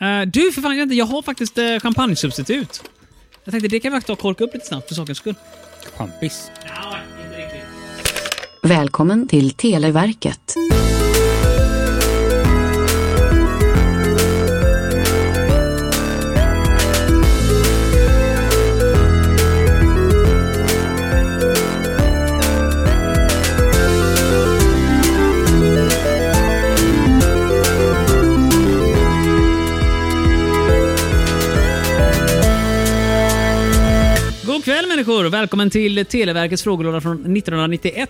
Eh, du, för fan, jag, inte, jag har faktiskt eh, champagnesubstitut. Jag tänkte det kan vi faktiskt ta och korka upp lite snabbt för sakens skull. Champis. Välkommen till Televerket. God kväll människor och välkommen till Televerkets frågelåda från 1991.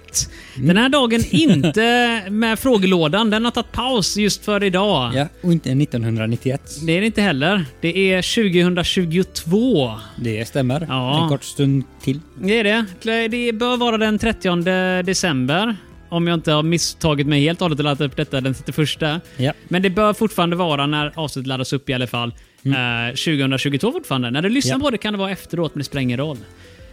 Den här dagen inte med frågelådan. Den har tagit paus just för idag. Ja, och inte 1991. Det är det inte heller. Det är 2022. Det stämmer. Ja. En kort stund till. Det är det. Det bör vara den 30 december. Om jag inte har misstagit mig helt och hållet och laddat upp detta den 31. Ja. Men det bör fortfarande vara när avsnittet laddas upp i alla fall. Eh, 2022 fortfarande. När du lyssnar Mm. Ja. på det kan det vara efteråt, men det spelar ingen roll.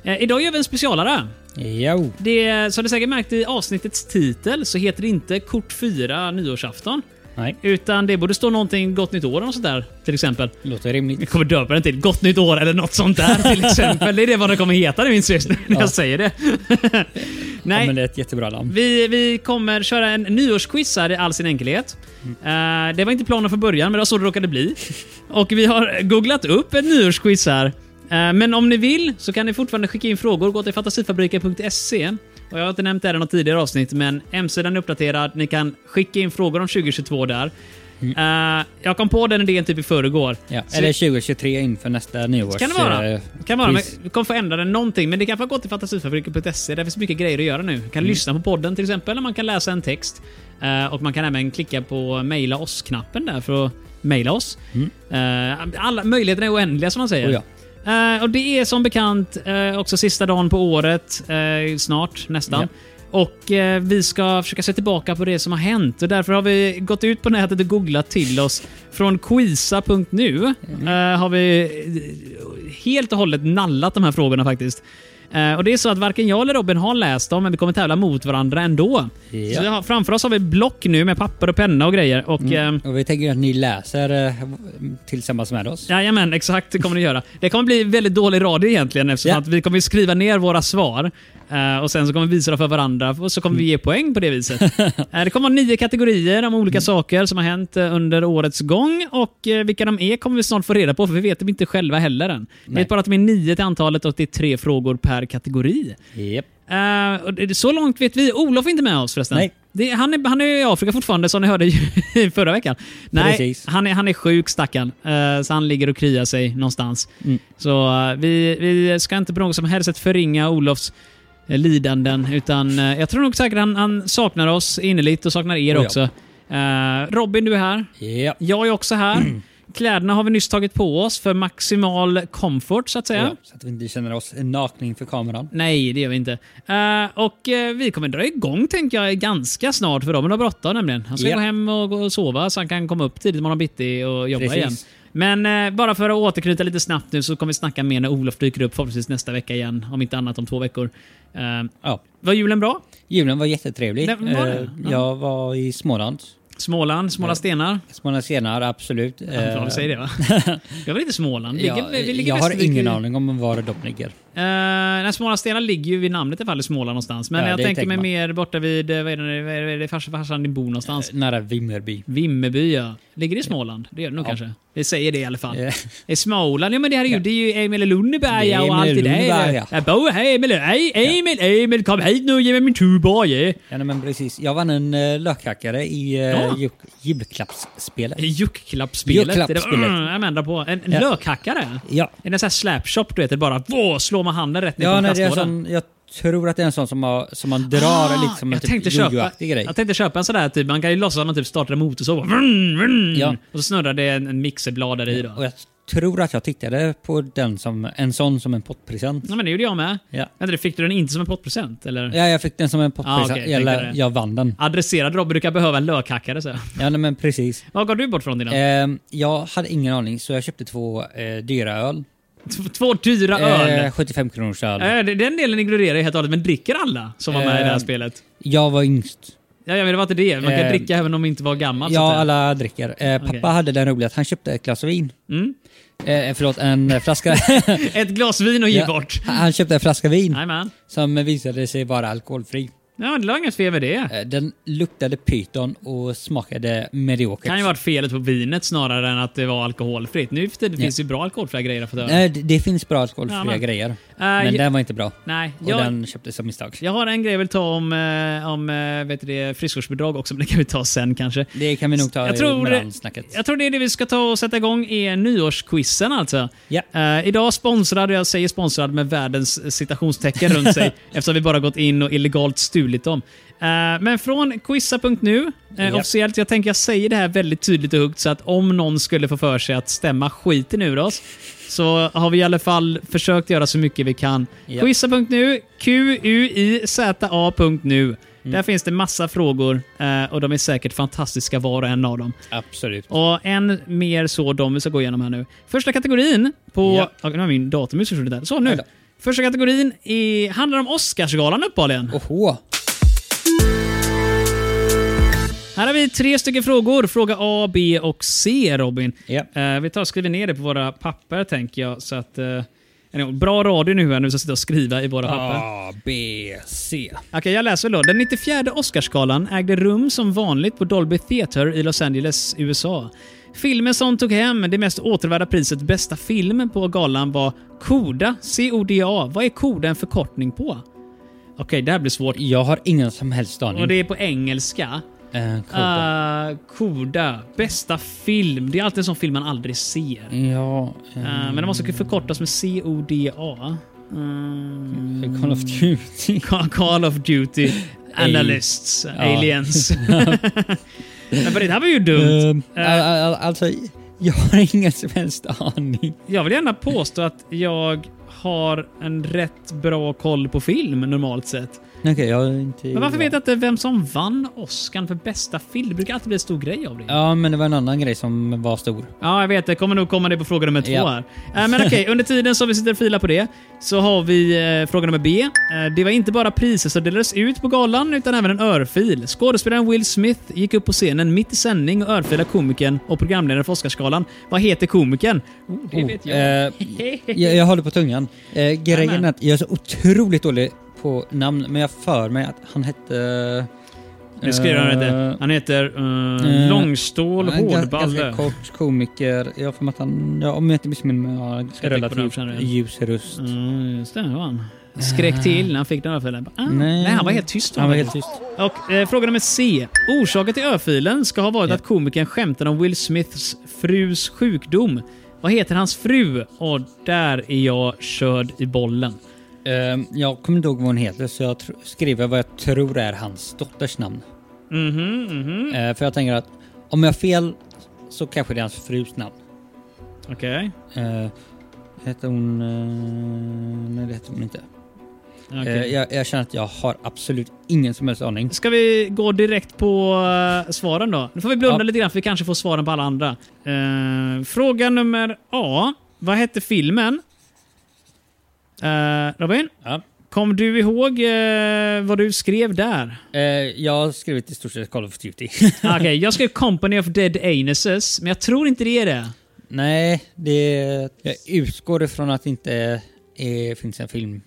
Eh, idag gör vi en specialare. Jo. Det, som du säkert märkt i avsnittets titel så heter det inte Kort 4 nyårsafton. Nej, Utan det borde stå någonting Gott Nytt År eller något sånt där, till exempel. låter Vi rimligt. kommer döpa den till Gott Nytt År eller något sånt där till exempel. Det är det vad den kommer heta, det minns jag just nu när Ja. jag säger det. Ja, Nej, men det är ett jättebra namn. vi, vi kommer köra en nyårsquiz här i all sin enkelhet. Eh, det var inte planen från början, men det var så det råkade bli. Och vi har googlat upp ett nyårsquiz här. Eh, men om ni vill så kan ni fortfarande skicka in frågor. Gå till fantasifabriken.se. Och jag har inte nämnt det här i något tidigare avsnitt, men hemsidan är uppdaterad. Ni kan skicka in frågor om 2022 där. Eh, jag kom på den idén typ i förrgår. Ja. Så- Eller 2023 inför nästa nyårs... kan det vara. eh, kan vara men quiz. vi kommer få ändra den någonting, men det kan få gå till fantasifabriken.se. E. Där finns mycket grejer att göra nu. Man Mm. kan lyssna på podden till exempel, eller man kan läsa en text. Eh, och Man kan även klicka på mejla oss-knappen där för att mejla oss. Eh, alla Möjligheterna är oändliga som man säger. Mm. Oh ja. Eh, och Det är som bekant eh, också sista dagen på året, eh, snart nästan. Ja. Och eh, Vi ska försöka se tillbaka på det som har hänt och därför har vi gått ut på nätet och googlat till oss. Från quiza.nu Mm. eh, har vi eh, helt och hållet nallat de här frågorna faktiskt. Eh, och Det är så att varken jag eller Robin har läst dem, men vi kommer tävla mot varandra ändå. Ja. Så vi har, framför oss har vi block nu med papper och penna och grejer. Och, eh, Och vi tänker att ni läser eh, tillsammans med oss. Jajamän, exakt. Det kommer det göra. Det kommer bli väldigt dålig radio egentligen eftersom Ja. att vi kommer skriva ner våra svar eh, och sen så kommer vi visa dem för varandra och så kommer vi ge poäng på det viset. Eh, det kommer vara nio kategorier om olika saker som har hänt eh, under årets gång och eh, vilka de är kommer vi snart få reda på för vi vet dem inte själva heller än. Vi vet bara att de är nio till antalet och att det är tre frågor per kategori. Japp. Eh, och det- så långt vet vi. Olof är inte med oss förresten. Nej. Det, han, är, han är i Afrika fortfarande som ni hörde i förra veckan. Nej, Precis. han är, han är sjuk stackarn. Eh, så han ligger och kryar sig någonstans. Mm. Så eh, vi, vi ska inte på något som helst sätt förringa Olofs eh, lidanden. Utan eh, jag tror nog säkert han, han saknar oss innerligt och saknar er Oh ja. också. Eh, Robin, du är här. Ja. Jag är också Mm. här. Kläderna har vi nyss tagit på oss för maximal comfort så att säga. Ja, Så att vi inte känner oss nakna inför kameran. Nej, det gör vi inte. Eh, och eh, vi kommer dra igång tänker jag ganska snart för Robin har bråttom nämligen. Han ska Ja. gå hem och, gå och sova så han kan komma upp tidigt imorgon bitti och jobba Precis. igen. Men eh, bara för att återknyta lite snabbt nu så kommer vi snacka mer när Olof dyker upp förhoppningsvis nästa vecka igen. Om inte annat om två veckor. Eh, Ja. var julen bra? Julen var jättetrevlig. Den var det? Eh, Ja. Jag var i Småland. Småland, Småla stenar. Småland senare, absolut. Ja, bra, Eh, vi säger det va? Jag var inte i Småland. Ligger, Ja, vi, vi ligger jag i har Västervik. ingen aning om var de ligger. Eh, nej, Småla stenar ligger ju vid namnet i alla fall i Småland någonstans. Men Ja, jag det tänker tänker mig man. mer borta vid, eh, vad är det, vad är det, vad är det farsan farsan din bor någonstans? Nära Vimmerby. Vimmerby ja. Ligger det i Småland? Det gör det nog kanske. Det säger det i alla fall. Ja. Det är Småland, ja men det här är ju, det är ju Emil i Lönneberga Det är och allt det Emil där. Lönneberga. Jag bor här Emil. Hej Emil, Emil kom hit nu och ge mig min tuba. Ja. Ja, nej, men precis. Jag vann en uh, lökhackare i uh, Ja. julklappsspelet. Juckklappspelet. Juckklappspelet. Det var- Mm, jag vänder på. En, en Ja. lökhackare? Ja. Är det en sån här slapshop du vet? det Bara vå, slår man handen rätt ner Ja, på nej, det är en plastlådan? sån, jag tror att det är en sån som, har, som man drar lite som en Ah, jag, tänkte typ köpa, jojoaktig grej. jag tänkte köpa en sån där, typ, man kan ju låtsas att man typ startar en motorsåg och, vrn, vrn, Ja. och så snurrar det en, en mixerblad där i. Då. Och jag tror att jag tittade på den som, en sån som en pottpresent. Ja, men det gjorde jag med. Ja. Vänta, det fick du den inte som en pottpresent? Eller? Ja, jag fick den som en pottpresent. Ah, okej, jag Eller tänkte det. jag vann den. Adresserad Robin, du kan behöva en lökhackare. Så. Ja, nej, men precis. Vad gav du bort från dina? Ehm, jag hade ingen aning så jag köpte två eh, dyra öl. T- Två dyra öl. Eh, 75 kronors öl. Eh, det- Den delen ignorerar jag helt och hållet, men dricker alla som var med i det här Eh. spelet? Jag var yngst. Ja, jag menar, det var inte det. Man kan Eh, dricka även om man inte var gammal. så ja, att säga. alla dricker. Eh, pappa Alltså, Okej. hade den roliga att han köpte ett glas vin. Mm. Eh, förlåt, en flaska. Ett glas vin och ge Ja, bort. Han köpte en flaska vin Jajamän. som visade sig vara alkoholfri. Ja, det var inget fel med det. Eh, Den luktade pyton och smakade mediokert. kan ju varit felet på vinet snarare än att det var alkoholfritt. Nu för tiden finns ju bra alkoholfria grejer att få Eh, tag i. Nej, det, det finns bra alkoholfria Ja, men- grejer. Eh, men jag- den var inte bra. Nej, Och jag, den köptes som misstag. jag har en grej jag vill ta om, eh, om eh, vet du det, friskvårdsbidrag också, men det kan vi ta sen kanske. Det kan vi nog ta Jag tror- mellan snacket. Jag tror det är det vi ska ta och sätta igång är nyårsquizen alltså. Ja. Eh, idag sponsrad, och jag säger sponsrad med världens citationstecken runt sig eftersom vi bara gått in och illegalt stulit dem. Eh, men från quizza.nu, eh, Ja. officiellt, jag tänker jag säger det här väldigt tydligt och högt så att om någon skulle få för sig att stämma skiten ur oss så har vi i alla fall försökt göra så mycket vi kan. Ja. Quizza.nu, Q-U-I-Z-A.nu. Mm. Där finns det massa frågor eh, och de är säkert fantastiska var och en av dem. Absolut. Och en mer så de vi ska gå igenom här nu. Första kategorin på... Ja. Ja. Nu har min datormus försvunnit där. Så, Aj nu. då. Första kategorin är, handlar om Oscarsgalan uppenbarligen. Oho. Här har vi tre stycken frågor. Fråga A, B och C, Robin. Ja. Eh, vi tar och skriver ner det på våra papper, tänker jag. Så att, eh, anyway, bra radio nu här nu, så sitta och skriva i våra papper. A, B, C. Okej, jag läser väl då. Den 94 Oscarsgalan ägde rum som vanligt på Dolby Theatre i Los Angeles, USA. Filmen som tog hem det mest återvärda priset Bästa film på galan var CODA, C-O-D-A. Vad är CODA en förkortning på? Okej, det här blir svårt. Jag har ingen som helst aning. Och det är på engelska. Eh, Cobra. Uh, Mm. CODA, bästa film. Det är alltid en sån film man aldrig ser. ja. eh, Eh, men den måste förkortas med C-O-D-A. Mm. Call of Duty. Ca- Call of Duty Analysts, aliens. Men för det här var ju dumt. Eh. Um, al- al- alltså, jag har ingen som helst aning. Jag vill gärna påstå att jag har en rätt bra koll på film normalt sett. Okej, jag har inte... Men varför vet jag inte vem som vann Oscar för bästa film? Det brukar alltid bli en stor grej av det. Ja, Ja, men det var en annan grej som var stor. jag vet. Det kommer nog komma det på fråga nummer två Ja. här. Eh, Men okej, under tiden som vi sitter och filar på det så har vi eh, fråga nummer B. Eh, det var inte bara priser som delades ut på galan utan även en örfil. Skådespelaren Will Smith gick upp på scenen mitt i sändning och örfilade komikern och programledaren för Oscarsgalan. Vad heter komikern? Oh, det vet jag. Eh, jag, jag håller på tungan. Eh, grejen Jajamän. är att jag är så otroligt dålig på namn, men jag för mig att han hette... nu skriver han inte. eh, Han heter eh, eh, Långstål en ga- Hårdballe. Ganska kort komiker. Jag har för mig att han, ja, om jag inte missminner mig, har en tänka på namn relativt senare. ljus röst. Mm, just det, det var han. Skräck till när han fick den örfilen. Ah, nej. Eh. Nej. han var helt tyst. Han var helt tyst. Och eh, fråga nummer C. Orsaken till örfilen ska ha varit att komikern skämtade om Will Smiths frus sjukdom. Vad heter hans fru? Och där är jag körd i bollen. Ehm, jag kommer inte ihåg vad hon heter, så jag tr- skriver vad jag tror är hans dotters namn. Mhm, mhm. Eh, för jag tänker att om jag har fel så kanske det är hans frus namn. Okej. Eh, heter hon... eh, nej, det heter hon inte. okej. Eh, jag, jag känner att jag har absolut ingen som helst aning. Ska vi gå direkt på eh, svaren då? Nu får vi blunda Ja. lite grann för vi kanske får svaren på alla andra. Eh, fråga nummer A. Vad hette filmen? Eh, Robin? Ja. Kom du ihåg eh, vad du skrev där? Eh, jag har skrivit i stort sett Call of Duty. Okej, jag skrev Company of Dead Anuses, men jag tror inte det är det. nej, det... Jag utgår ifrån att det inte är, finns en film.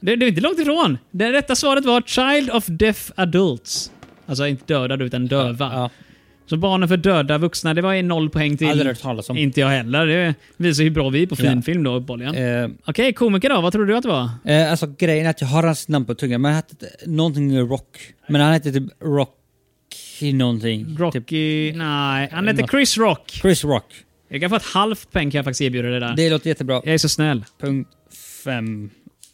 Det, det är inte långt ifrån. Det rätta svaret var Child of Deaf Adults. Alltså inte döda utan döva. Ja, Så barnen för döda vuxna, det var en noll poäng till. aldrig hört talas om. Inte jag heller. Det visar hur bra vi är på Ja. finfilm då uppenbarligen. Eh, Okej, komiker då. Vad tror du att det var? Eh, alltså grejen är att jag har hans namn på tungan, men han hette någonting Rock. Men han hette typ Rock någonting. Typ Rocky... Nej, han heter Något. Chris Rock. Chris Rock. Jag kan få ett halvt poäng kan jag faktiskt erbjuda det där. Det låter jättebra. Jag är så snäll. Punkt fem.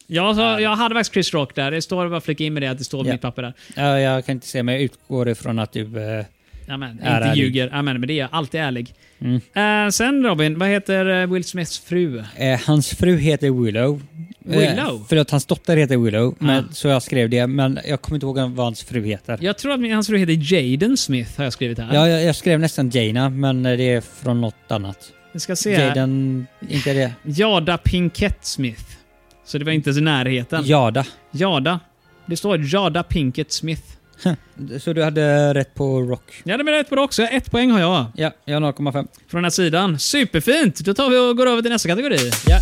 Jag, sa- jag hade faktiskt Chris Rock där. Det står, jag bara flika in med det, att det står på Ja. mitt papper där. Ja, jag kan inte se, men jag utgår ifrån att du... Eh, Amen, inte Är ärlig. ljuger. Amen, men det är jag. Alltid ärlig. Mm. Eh, sen Robin, vad heter eh, Will Smiths fru? eh, hans fru heter Willow. Willow? Eh, förlåt, hans dotter heter Willow, Ah. men, så jag skrev det. Men jag kommer inte ihåg vad hans fru heter. Jag tror att min, hans fru heter Jaden Smith, har jag skrivit här. Ja, jag, jag skrev nästan Jaina, men eh, det är från något annat. jag ska se här. Jaden, inte det. Jada Pinkett Smith. Så det var inte ens i närheten. Jada. Jada. Det står Jada Pinkett Smith. Så du hade rätt på rock. Ja, det är rätt på det också. Ett poäng har jag Ja, jag har 0,5. från den här sidan. Superfint! Då tar vi och går över till nästa kategori. Ja.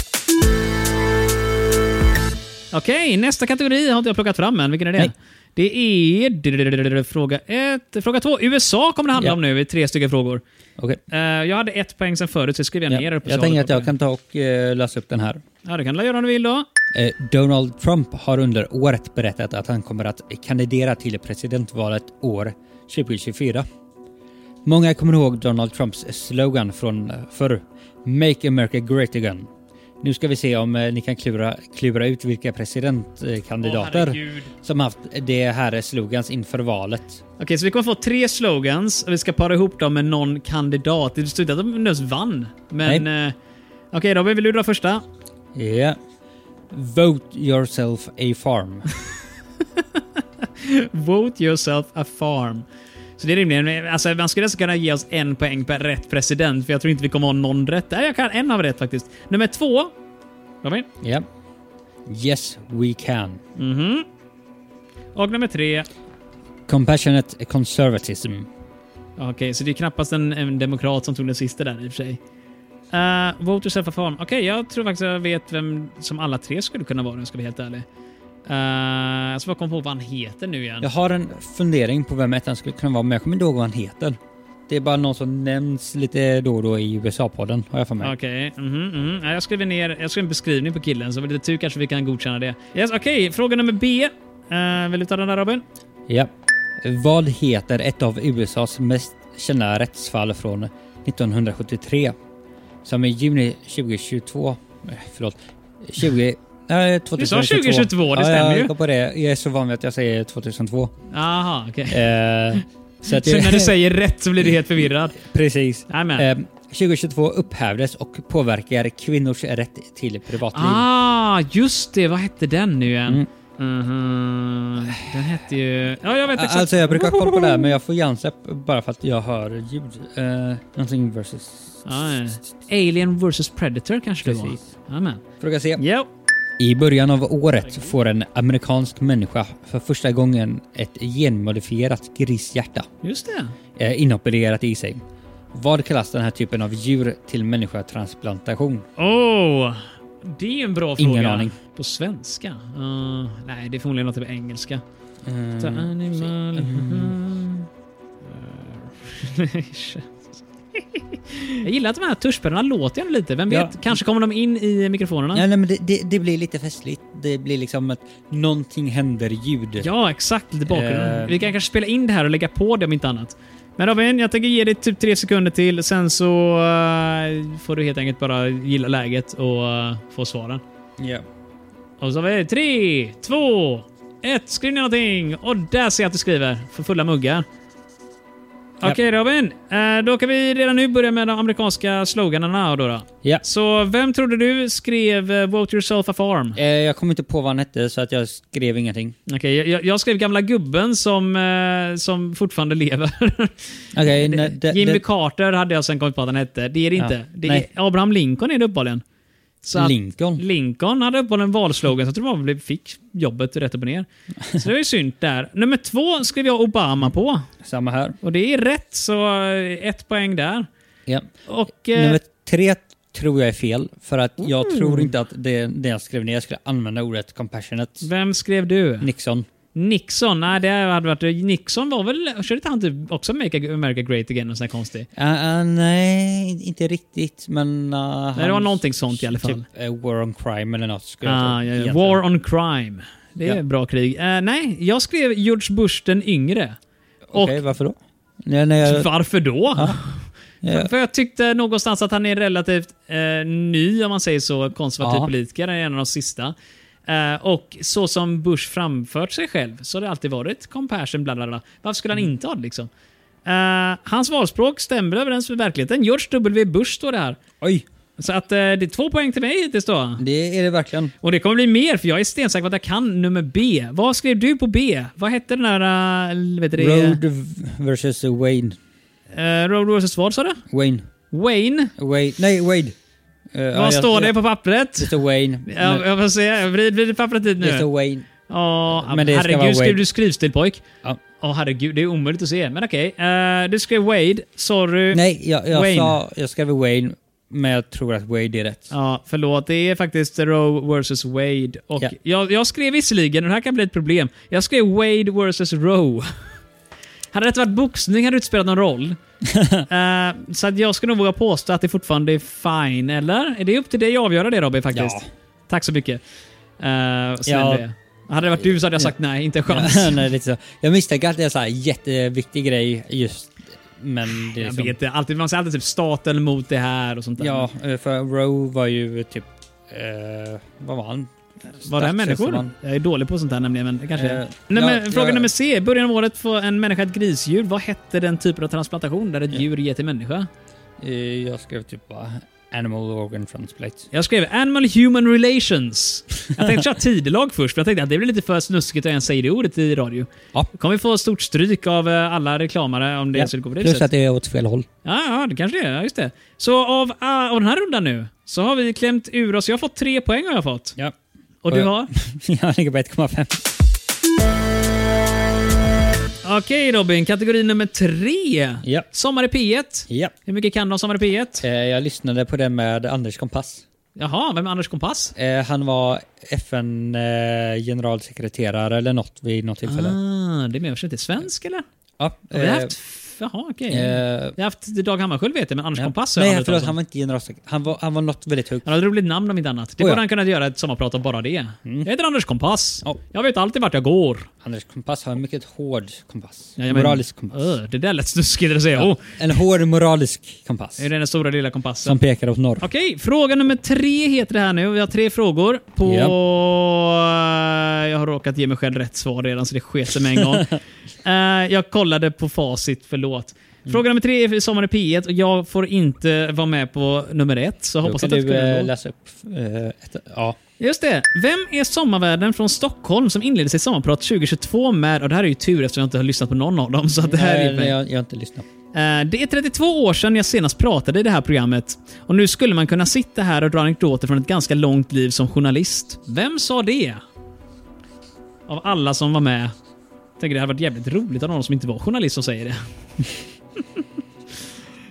Okej, nästa kategori har inte jag plockat fram än. Vilken är det? Nej. Det är fråga ett. Fråga två. USA kommer det handla Ja. om nu i tre stycken frågor. Okej. Eh, jag hade ett poäng sen förut, så skrev jag Ja. ner det på Jag så tänker hållet att jag på det. kan ta och eh, läsa upp den här. Ja, det kan du göra om du vill då. Eh, Donald Trump har under året berättat att han kommer att kandidera till presidentvalet år 2024. Många kommer ihåg Donald Trumps slogan från eh, förr. Make America Great Again. Nu ska vi se om eh, ni kan klura, klura ut vilka presidentkandidater herregud. som haft det här slogans inför valet. Okej, så vi kommer få tre slogans och vi ska para ihop dem med någon kandidat. Det stod inte att de nödvändigtvis vann, men... eh, Okej, Robin, vill du dra första? Ja. Vote yourself a farm. Vote yourself a farm. Så det är rimligen, alltså man skulle nästan kunna ge oss en poäng per rätt president, för jag tror inte vi kommer ha någon rätt. Nej, jag kan en av rätt faktiskt. Nummer två. Robin. Ja. Yes we can. Och nummer tre. Compassionate conservatism. Okej, så det är knappast en, en demokrat som tog den sista där i och för sig. Uh, vote yourself a farm. Okej, jag tror faktiskt jag vet vem som alla tre skulle kunna vara om jag ska vara helt ärlig. Uh, jag ska bara komma på vad han heter nu igen. Jag har en fundering på vem ettan skulle kunna vara, men jag kommer inte ihåg vad han heter. Det är bara någon som nämns lite då och då i USA-podden, har jag för mig. Okej, mhm, mhm. Ja, jag skriver ner jag skrev en beskrivning på killen, så med lite tur kanske vi kan godkänna det. Yes, Okej, fråga nummer B. Eh, vill du ta den där Robin? Ja. Vad heter ett av USAs mest kända rättsfall från 1973? Som i juni 2022... eh, Förlåt. 20... Nej, 2022. Du sa 2022, det ja, stämmer jag ju. går på det. Jag är så van vid att jag säger 2002. Aha, okej. Eh, så att Så när du säger rätt så blir du helt förvirrad. Precis. Jajamän. Eh, 2022 upphävdes och påverkar kvinnors rätt till privatliv. Ah, just det. Vad hette den nu igen? Mm. Mhm. Den hette ju... Ja, jag vet exakt. Alltså jag brukar ha koll på det här men jag får hjärnsläpp bara för att jag hör ljud. Uh, någonting versus... Ah, ja. Alien vs Predator kanske det var? Precis. Jajamän. Fråga C. Jo. I början av året får en amerikansk människa för första gången ett genmodifierat grishjärta Just det. eh, inopererat i sig. Vad kallas den här typen av djur till människotransplantation? Åh! det är ju en bra Ingen fråga. aning. På svenska? Ah, nej, det är förmodligen något på engelska. The Mm. animal. Mm. jag gillar att de här tuschpennorna låter ändå lite. Vem Ja. vet, kanske kommer de in i mikrofonerna. Ja, nej, men det, det, det blir lite festligt. Det blir liksom ett någonting händer-ljud. Ja, exakt. Lite bakgrund. Eh. Vi kan kanske spela in det här och lägga på det om inte annat. Men Robin, jag tänker ge dig typ tre sekunder till. Sen så eh, får du helt enkelt bara gilla läget och eh, få svaren. Ja. Och så har vi tre, två, ett. Skriv ner någonting. Och där ser jag att du skriver. För fulla muggar. Okej Japp. Robin, Eh, då kan vi redan nu börja med de amerikanska sloganerna. Då då. Ja. Så vem trodde du skrev eh, “Vote yourself a farm”? Eh, jag kom inte på vad han hette så att jag skrev ingenting. Okej, jag- jag, jag skrev gamla gubben som, eh, som fortfarande lever. Okej, nej, det- Jimmy det- Carter hade jag sen kommit på att han hette. Det är det Ja, inte. Det är nej. Abraham Lincoln är det uppenbarligen. Så att- Lincoln. Lincoln hade uppenbarligen en valslogan, så jag tror man blev- fick jobbet rätt upp och ner. Så det var ju synd där. Nummer två skrev jag Obama på. Samma här. Och det är rätt, så eh, ett poäng där. Ja. Och... eh, Mm. Nummer tre tror jag är fel, för att jag tror inte att det, det jag skrev ner, jag skulle använda ordet compassionate. Vem skrev du? Nixon. Nixon? Nej, det hade varit... Nixon var väl... Körde inte han typ också Make America Great Again och sån här konstig? Eh, eh, nej, inte riktigt, men... eh, Nej, det var hans- någonting sånt i alla fall. Typ eh, War on Crime eller något skulle jag Ah, tro, ja, ja. egentligen. War on crime. Det är Ja. bra krig. Eh, nej, jag skrev George Bush den yngre. Okej, och- varför då? Nej, nej, jag, Varför då? jag, För jag tyckte någonstans att han är relativt eh, ny, om man säger så, konservativ Ja. politiker. Han är en av de sista. Eh, och så som Bush framfört sig själv så har det alltid varit compassion, bla bla bla. Varför skulle Mm. han inte ha det liksom? Eh, hans valspråk stämmer överens med verkligheten. George W. Bush står det här. oj, Så att eh, det är två poäng till mig hittills då. det är det verkligen. Och det kommer bli mer, för jag är stensäker på att jag kan nummer B. Vad skrev du på B? Vad hette den där... Uh, vet du det? Road versus Wayne. Eh, Road vs. vad sa du? Wayne. Wayne? Wade. Nej, Wade. Eh, vad ja, står det jag, på pappret? Det står Wayne. Ja, men- jag får se. Vrid, vrid pappret dit nu. det står Wayne. Ja, Men det ska vara herregud, skrev Wade. du skrivstil pojk? Ja. Åh herregud, det är omöjligt att se. Men okej. Eh, du skrev Wade. Sorry. Nej, jag, jag Wayne. sa... Jag skrev Wayne, men jag tror att Wade är rätt. Ja, förlåt. Det är faktiskt Roe vs Wade. Och Ja. jag, jag skrev visserligen, och det här kan bli ett problem, jag skrev Wade vs Roe. Hade det varit boxning hade det inte spelat någon roll. Eh, så att jag skulle nog våga påstå att det fortfarande är fine, eller? Är det upp till dig att avgöra det Robin faktiskt? Ja. Tack så mycket. Uh, snäll Ja. du är. Hade det varit du så hade jag sagt nej, inte en chans. Nej, lite så. Jag misstänker att det är en sån här jätteviktig grej just... Men det är Jag liksom- vet det. Alltid, man säger alltid typ staten mot det här och sånt där. Ja, eh, för Roe var ju typ... Eh, vad var han? Var det här människor? Statstjänsteman. Jag är dålig på sånt här nämligen. Men det kanske är. Eh, Nej, ja, men, fråga jag- nummer C. I början av året får en människa ett grisdjur. Vad hette den typen av transplantation där ett Ja. djur ger till människa? Eh, Jag skrev typ bara Animal Organ Transplant. Jag skrev Animal Human Relations. Jag tänkte köra tidelag först, för jag tänkte att det blir lite för snuskigt att jag ens säger det ordet i radio. Ja. Kommer vi få stort stryk av eh, alla reklamare om det Ja, skulle gå på det Plus viset? att det är åt fel håll. Ja, ja, det kanske det är. Ja, just det. Så av, ah, av den här rundan nu så har vi klämt ur oss. Jag har fått tre poäng har jag fått. Ja. Och du har? jag ligger på 1,5. Okej Robin, kategori nummer tre. Ja. Sommar i P1. Ja. Hur mycket kan du om Sommar i P1? Eh, Jag lyssnade på det med Anders Kompass. Jaha, vem är Anders Kompass? Eh, Han var FN-generalsekreterare eller något vid något tillfälle. Ah, det är mer inte svensk eller? Ja, Har vi eh, haft... Jaha, okej. eh, Vi har haft Dag Hammarskjöld vet jag, men Anders ja. Kompass har jag Nej, aldrig förlåt. hört talas om. Han var inte generalsekreterare. Han var, han var något väldigt högt. Han har ett roligt namn om inte annat. Det Oh, ja. Mm. borde han kunna göra ett sommarprat om bara det. Jag heter Anders Kompass. Ja. Jag vet alltid vart jag går. Anders Kompass har en mycket hård kompass. Jajamän. moralisk kompass. Öh, det där lät snuskigt att säga. Oh, En hård moralisk kompass. det är den stora lilla kompassen. Som pekar åt norr. Okej, fråga nummer tre heter det här nu. Vi har tre frågor på... Eh, Jag har råkat ge mig själv rätt svar redan, så det sket sig med en gång. Eh, jag kollade på facit, förlåt. Fråga nummer tre är för Sommar i P1 och jag får inte vara med på nummer ett, så jag Då hoppas kan att det du skulle eh, gå. läsa upp eh, ett, ja, Just det. Vem är sommarvärden från Stockholm som inleder sitt sommarprat 2022 med... Och det här är ju tur eftersom jag inte har lyssnat på någon av dem, så att det här är... Nej, nej, jag, jag har inte lyssnat. Eh, Det är 32 år sedan jag senast pratade i det här programmet och nu skulle man kunna sitta här och dra anekdoter från ett ganska långt liv som journalist. Vem sa det? Av alla som var med. Jag tänker det hade varit jävligt roligt om någon som inte var journalist som säger det.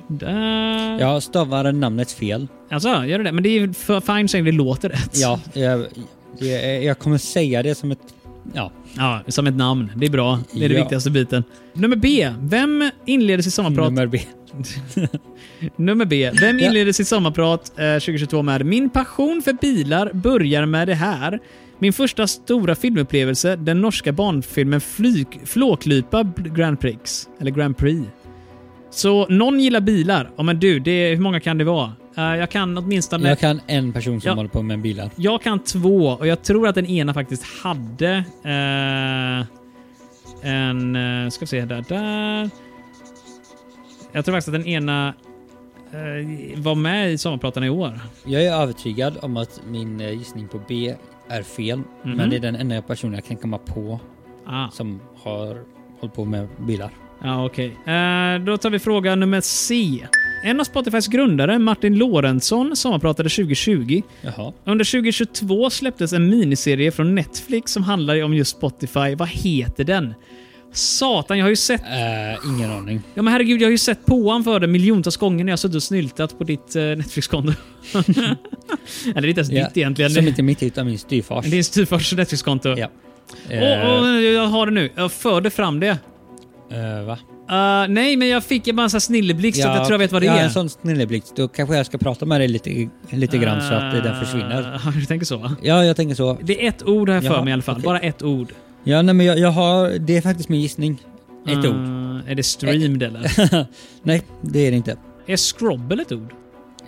Där. Jag stavar namnet fel. Alltså, gör det det? Men det är ju för fine så länge det låter rätt. Ja, jag, jag, jag kommer säga det som ett... Ja. ja. Som ett namn. Det är bra. Det är den Ja. viktigaste biten. Nummer B. Vem inleder sitt sommarprat Nummer B. Nummer B. Vem Ja. inleder sitt sommarprat eh, 2022 med “Min passion för bilar börjar med det här. Min första stora filmupplevelse, den norska barnfilmen Flyk, Flåklypa Grand Prix. Eller Grand Prix. Så någon gillar bilar. Ja men du, det, hur många kan det vara? Eh, jag kan åtminstone... Jag kan en person som Ja. håller på med bilar. Jag kan två och jag tror att den ena faktiskt hade eh, en... Eh, ska vi se där, där. Jag tror faktiskt att den ena eh, var med i Sommarpratarna i år. Jag är övertygad om att min eh, gissning på B är fel. Mhm. Men det är den enda personen jag kan komma på Ah, som har hållit på med bilar. ja, okej. Eh, då tar vi fråga nummer C. En av Spotifys grundare, Martin Lorentzon, sommarpratade 2020. Jaha. Under 2022 släpptes en miniserie från Netflix som handlar om just Spotify. Vad heter den? Satan, jag har ju sett Eh, ingen aning. Ja men herregud, jag har ju sett påan för det miljontals gånger när jag har suttit och snyltat på ditt eh, Netflix-konto. Eller det är inte ens Ja, ditt egentligen. Som Det- inte mitt utan min styvfars. Det är styvfars Netflix-konto. Ja. Åh, Eh, åh, jag har det nu. Jag förde fram det. eh, va? Eh, nej, men jag fick en massa snilleblixt så att jag tror jag vet vad det ja, är. en sån snilleblixt. Då kanske jag ska prata med dig lite, lite grann så att eh, den försvinner. Eh, du tänker så? Ja, jag tänker så. Det är ett ord här för Jaha, mig i alla fall. okej. Bara ett ord. Ja, nej, men jag, jag har... Det är faktiskt min gissning. Ett Eh, ord. Är det streamed eller? Nej, det är det inte. Är scrubble ett ord?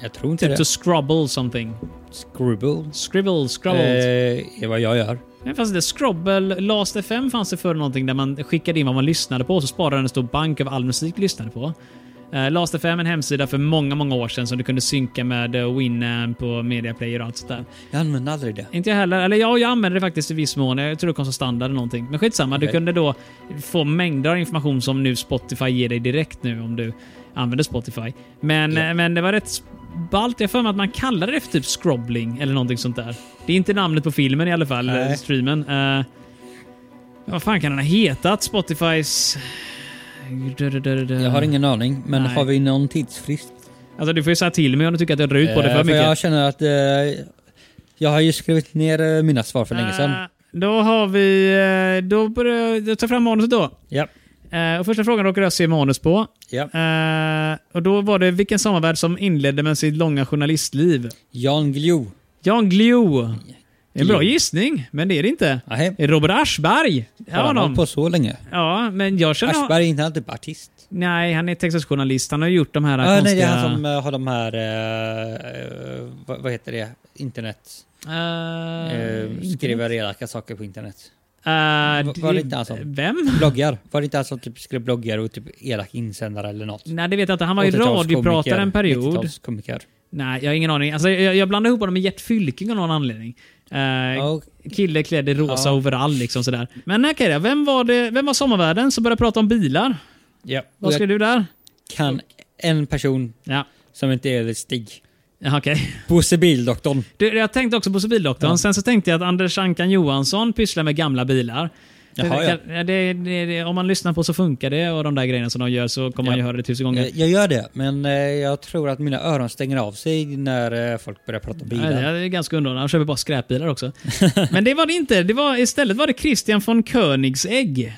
Jag tror inte Typ to det. scrubble something. Scribble. Scribble, scrubbled. Eh, är vad jag gör. Men fanns det Scrabble, Last FM fanns det förr någonting där man skickade in vad man lyssnade på och så sparade den en stor bank av all musik du lyssnade på. Uh, Last FM är en hemsida för många, många år sedan som du kunde synka med eh, Winamp och Media Player och allt sånt där. Jag använder aldrig det. Inte jag heller. Eller ja, jag använde det faktiskt i viss mån. Jag tror det kom som standard eller någonting. Men skitsamma, du Okej. kunde då få mängder av information som nu Spotify ger dig direkt nu om du använder Spotify. Men, Ja. eh, men det var rätt ballt. Jag har för mig att man kallade det för typ scrobbling eller någonting sånt där. Det är inte namnet på filmen i alla fall, Nej. eh, streamen. Eh, Vad fan kan den ha hetat? Spotifys... Jag har ingen aning, men Mm. Nej. har vi någon tidsfrist? Alltså du får ju säga till mig om du tycker att jag drar ut på det Eh, för mycket. jag känner att eh, jag har ju skrivit ner eh, mina svar för länge sedan. Eh, Då har vi... eh, Då börjar jag- jag ta fram manuset då. Ja. Eh, Och första frågan råkade jag se manus på. ja. Eh, Och då var det vilken sommarvärd som inledde med sitt långa journalistliv? Jan Glio. Jan Glio. En bra gissning, men det är det inte. Nej, Robert Aschberg. har Ja, han hållit honom. på så länge? ja men jag känner... Aschberg är inte typ artist. Nej, han är Texas-journalist. Han har gjort de här Ja, nej, det konstiga... är han som eh, har de här, eh, eh, vad, vad heter det, internet. Eh, Eh, skriver elaka saker på internet. eh, var det inte han som- Vem? Bloggar. Var det inte han som typ skrev bloggar och typ elak insändare eller något? Nej, det vet jag inte. Han var ju 80-talskomiker, radiopratare en period. 90-talskomiker. Nej, jag har ingen aning. Alltså, jag, jag blandar ihop honom med Gert Fylking av någon anledning. Eh, Ja, och- Kille klädd i rosa Ja. overall liksom sådär. Men okej då, vem var det, vem var sommarvärden som började prata om bilar? Ja, Vad och skrev jag du där? kan en person Ja, som inte är Stig. ja okej. Bosse Bildoktorn. Du, jag tänkte också på civildoktorn. Sen så tänkte jag att Anders Ankan Johansson pysslar med gamla bilar. Jaha, det, det, det, det, om man lyssnar på så funkar det och de där grejerna som de gör så kommer man ju Ja. höra det tusen gånger. Eh, Jag gör det, men eh, jag tror att mina öron stänger av sig när eh, folk börjar prata Nej, bilar. det är ganska underhållande. Han köper bara skräpbilar också. Men det var det inte. Det var, istället var det Christian von Koenigsegg.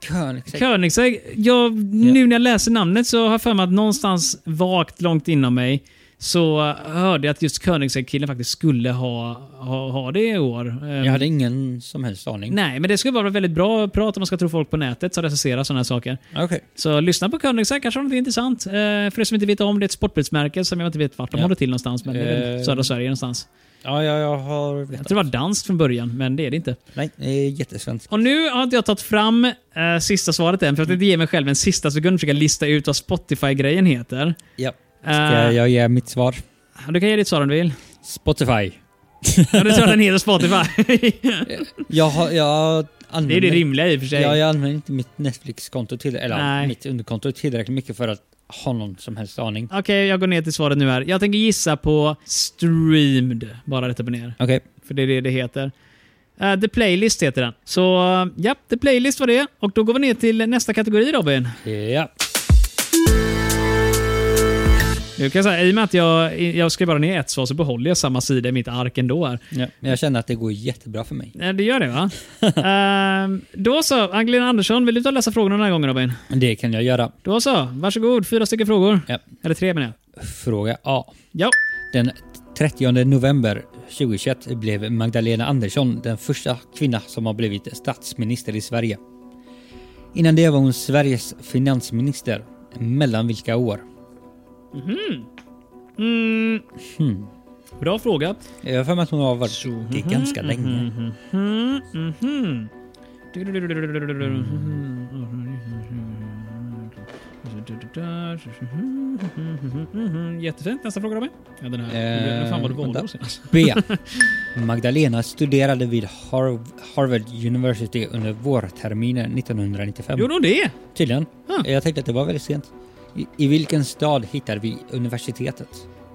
Kön, exakt. Koenigsegg. Jag, nu när jag läser namnet så har jag för mig att någonstans vagt långt inom mig så hörde jag att just Koenigsegg-killen faktiskt skulle ha, ha, ha det i år. Ehm, Jag hade ingen som helst aning. Nej, men det skulle vara väldigt bra prat om man ska tro folk på nätet som recenserar sådana här saker. Okej. Så lyssna på Koenigsegg, kanske har något intressant. Eh, för er som inte vet om, det är ett sportbilsmärke som jag inte vet vart de Ja. håller till någonstans, men det är väl Eh. södra Sverige någonstans. Ja, jag, jag har Jag vetat. tror det var danskt från början, men det är det inte. Nej, det är jättesvenskt. Och nu har inte jag tagit fram eh, sista svaret än, för att inte ge mig själv en sista sekund och försöka lista ut vad Spotify-grejen heter. Ja. Ska Eh, jag ge mitt svar? Du kan ge ditt svar om du vill. Spotify. Ja, du tror jag den heter Spotify? Jag har... Jag det är använder, det rimliga i och för sig. Mm. Ja, jag använder inte mitt Netflix-konto till, eller Nej. mitt underkonto tillräckligt mycket för att ha någon som helst aning. Okej, jag går ner till svaret nu här. Jag tänker gissa på streamed, bara rätt upp och ner. Okej. För det är det det heter. Eh, The Playlist heter den. Så eh, ja, The Playlist var det. Och då går vi ner till nästa kategori Robin. Ja. Nu kan jag säga, i och med att jag, jag skrev bara ner ett svar så behåller jag samma sida i mitt ark ändå här. ja. Men jag känner att det går jättebra för mig. Eh, Det gör det va? Ehm, då så, Angelina Andersson, vill du ta och läsa frågorna den här gången Robin? Det kan jag göra. Då så, varsågod. Fyra stycken frågor. Ja. Eller tre menar jag. Fråga A. Ja. Den 30 november 2021 blev Magdalena Andersson den första kvinna som har blivit statsminister i Sverige. Innan det var hon Sveriges finansminister. Mellan vilka år? Mm. Hmm. Bra fråga. Jag har för mig att hon har varit det ganska länge. Mhm, mhm. Jättefint. Nästa fråga Robin. Ja, den här. Eh, Äh, fan var det vänta. valår senast? B. Magdalena studerade vid Harv- Harvard University under vårterminen 1995. Gjorde hon det? Tydligen. Ah. Jag tänkte att det var väldigt sent. I, i vilken stad hittar vi universitetet?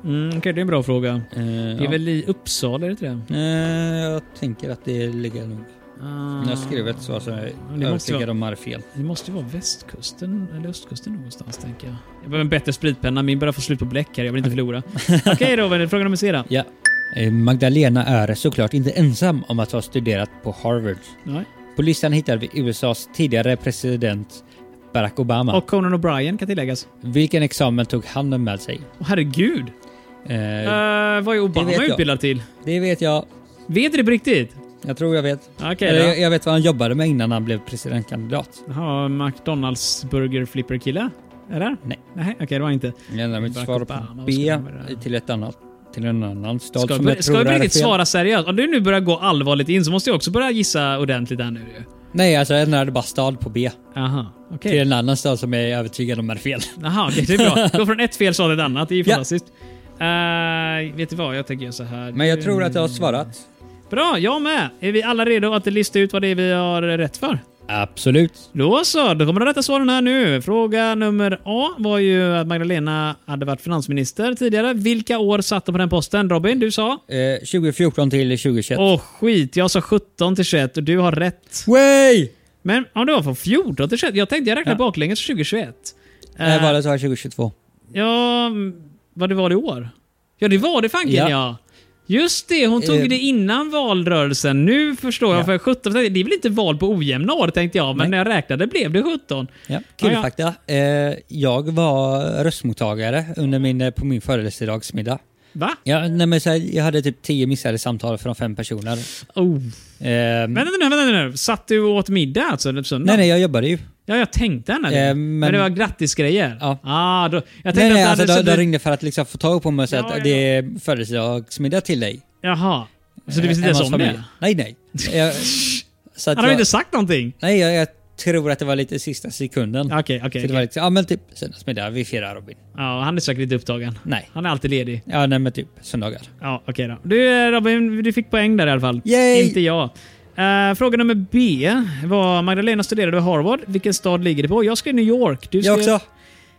Mm, Okej, det är en bra fråga. Eh, Det är väl i Uppsala, är det inte det? Eh, jag tänker att det ligger nog... Ah. När jag skrev ett svar så är jag det måste övertygad vara, om att det är fel. det måste ju vara västkusten eller östkusten någonstans, tänker jag. Jag behöver en bättre spritpenna. Min börjar få slut på bläck här. Jag vill inte förlora. Okej Robin, fråga nummer fyra. Ja. Eh, Magdalena är såklart inte ensam om att ha studerat på Harvard. Nej. På listan hittar vi USAs tidigare president Barack Obama. Och Conan O'Brien kan tilläggas. Vilken examen tog han med sig? Åh herregud! Eh, Eh, vad är Obama det vet jag. utbildad till? det vet jag. Vet du det på riktigt? Jag tror jag vet. Okej Eller, då. jag, jag vet vad han jobbade med innan han blev presidentkandidat. Jaha, McDonalds burger flipper kille? Eller? Nej. Nej, okej det var inte. Jag ändrar mitt Barack svar Obama, på vad ska B han göra? till ett annat. Till en annan stad Ska, som jag jag ska tror jag på är riktigt fel. svara seriöst? Om du nu börjar gå allvarligt in så måste jag också börja gissa ordentligt här nu ju. Nej, alltså jag ändrade bara stad på B. Jaha, okej. Till en annan stad som jag är övertygad om är fel. Jaha, okej, det är bra. Gå från ett fel svar till ett annat. Det är ju Ja. fantastiskt. Eh, vet du vad? Jag tänker göra så här. Mm. Men jag tror att jag har svarat. Bra, jag med. Är vi alla redo att lista ut vad det är vi har rätt för? Absolut. Då så, då kommer de rätta svaren här nu. Fråga nummer A var ju att Magdalena hade varit finansminister tidigare. Vilka år satt hon på den posten? Robin, du sa? Eh, 2014 till 2021. Åh skit, jag sa 17 till 21 och du har rätt. Way! Men om det var från 14 till 21. Jag tänkte jag räknade Ja. baklänges till 2021. Nej, Eh, valet var 2022. Ja, mm, vad det var det i år? Ja, det var det fanken ja. Ja. Just det, hon tog Eh. det innan valrörelsen. Nu förstår jag. Ja. För 17, det är väl inte val på ojämna år tänkte jag, men Nej. när jag räknade blev det 17. Ja. Kul Ja, ja. fakta. Eh, jag var röstmottagare under min, eh, på min födelsedagsmiddag. Va? Ja, nej, men så här, jag hade typ tio missade samtal från fem personer. Oh. Ehm, Vänta nu, vänta nu. Satt du och åt middag alltså? den söndagen? nej, nej, jag jobbade ju. Ja, jag tänkte henne. Eh, men... men- det var grattisgrejer? Ja. Ah, då, jag tänkte Nej, nej, att alltså, det de, hade... de så du... ringde för att liksom få tag på mig och säga Ja, att ja, det är födelsedagsmiddag till dig. Jaha. Så du visste Eh, inte ens Emmas om det? familj. Nej, nej. Jag, så att Han har jag, inte sagt någonting? nej, jag, jag tror att det var lite sista sekunden. Okej, okej. så det okej. var liksom, ja men typ söndagsmiddag, vi firar Robin. ja, han är säkert lite upptagen. Nej. Han är alltid ledig. Ja, nej men typ söndagar. Ja, okej då. Du eh, Robin, du fick poäng där i alla fall. Yay! Inte jag. Eh, fråga nummer B var Magdalena studerade vid Harvard. Vilken stad ligger det på? Jag skrev New York. Du Jag skrev- också.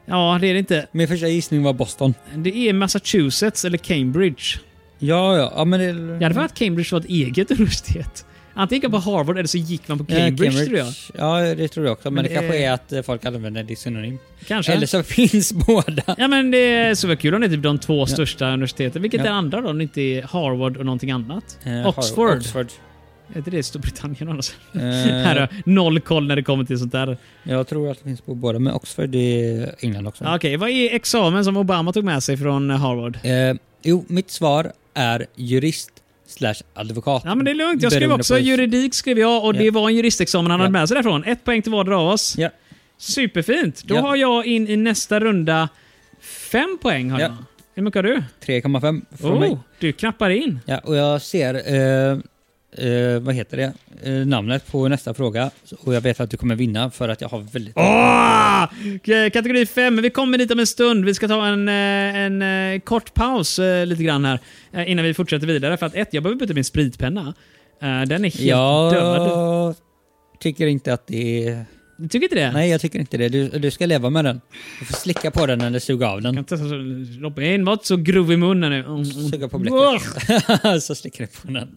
Ja, det är det inte. Min första gissning var Boston. Det är Massachusetts eller Cambridge. Ja, ja, ja men det... Jag hade för att Cambridge var ett eget universitet. Antingen gick man på Harvard eller så gick man på Ja, Cambridge, tror jag. Ja, det tror jag också. Men, Men det det kanske är- är att eh, folk använder det synonym. Kanske. Eller så finns båda. Ja, men det skulle vara kul om det är typ de två största universiteten. Vilket är andra då? Om det inte är Harvard och någonting annat? Eh, Oxford. Har- Oxford. Är inte det Storbritannien annars? Eh, Här har jag noll koll när det kommer till sånt där. jag tror att det finns på båda, men Oxford är England också. Ja, Okej, vad är examen som Obama tog med sig från Harvard? Eh, jo, mitt svar är jurist slash advokat. Ja, men det är lugnt. Jag skrev Beroende också på- juridik, skrev jag, och Ja. det var en juristexamen han hade Ja. med sig därifrån. Ett poäng till vardera av oss. Ja. Superfint. Då Ja. har jag in i nästa runda fem poäng. Har Ja. jag. Hur mycket har du? 3,5 från mig. Oh, du knappar in. Ja, och jag ser, eh, eh, vad heter det, eh, namnet på nästa fråga. Och jag vet att du kommer vinna för att jag har väldigt... Åh! K- Kategori 5. Vi kommer dit om en stund. Vi ska ta en, eh, en eh, kort paus eh, lite grann här eh, innan vi fortsätter vidare. För att ett, jag behöver byta min spritpenna. Eh, Den är helt död. jag tycker inte att det är... Du tycker inte det? Nej, jag tycker inte det. Du, du ska leva med den. Du får slicka på den eller suga av Jag den. kan inte så- Robin, var inte så grov i munnen nu. Mm, mm. Suga på Åh, bläcket. så slickar du på den.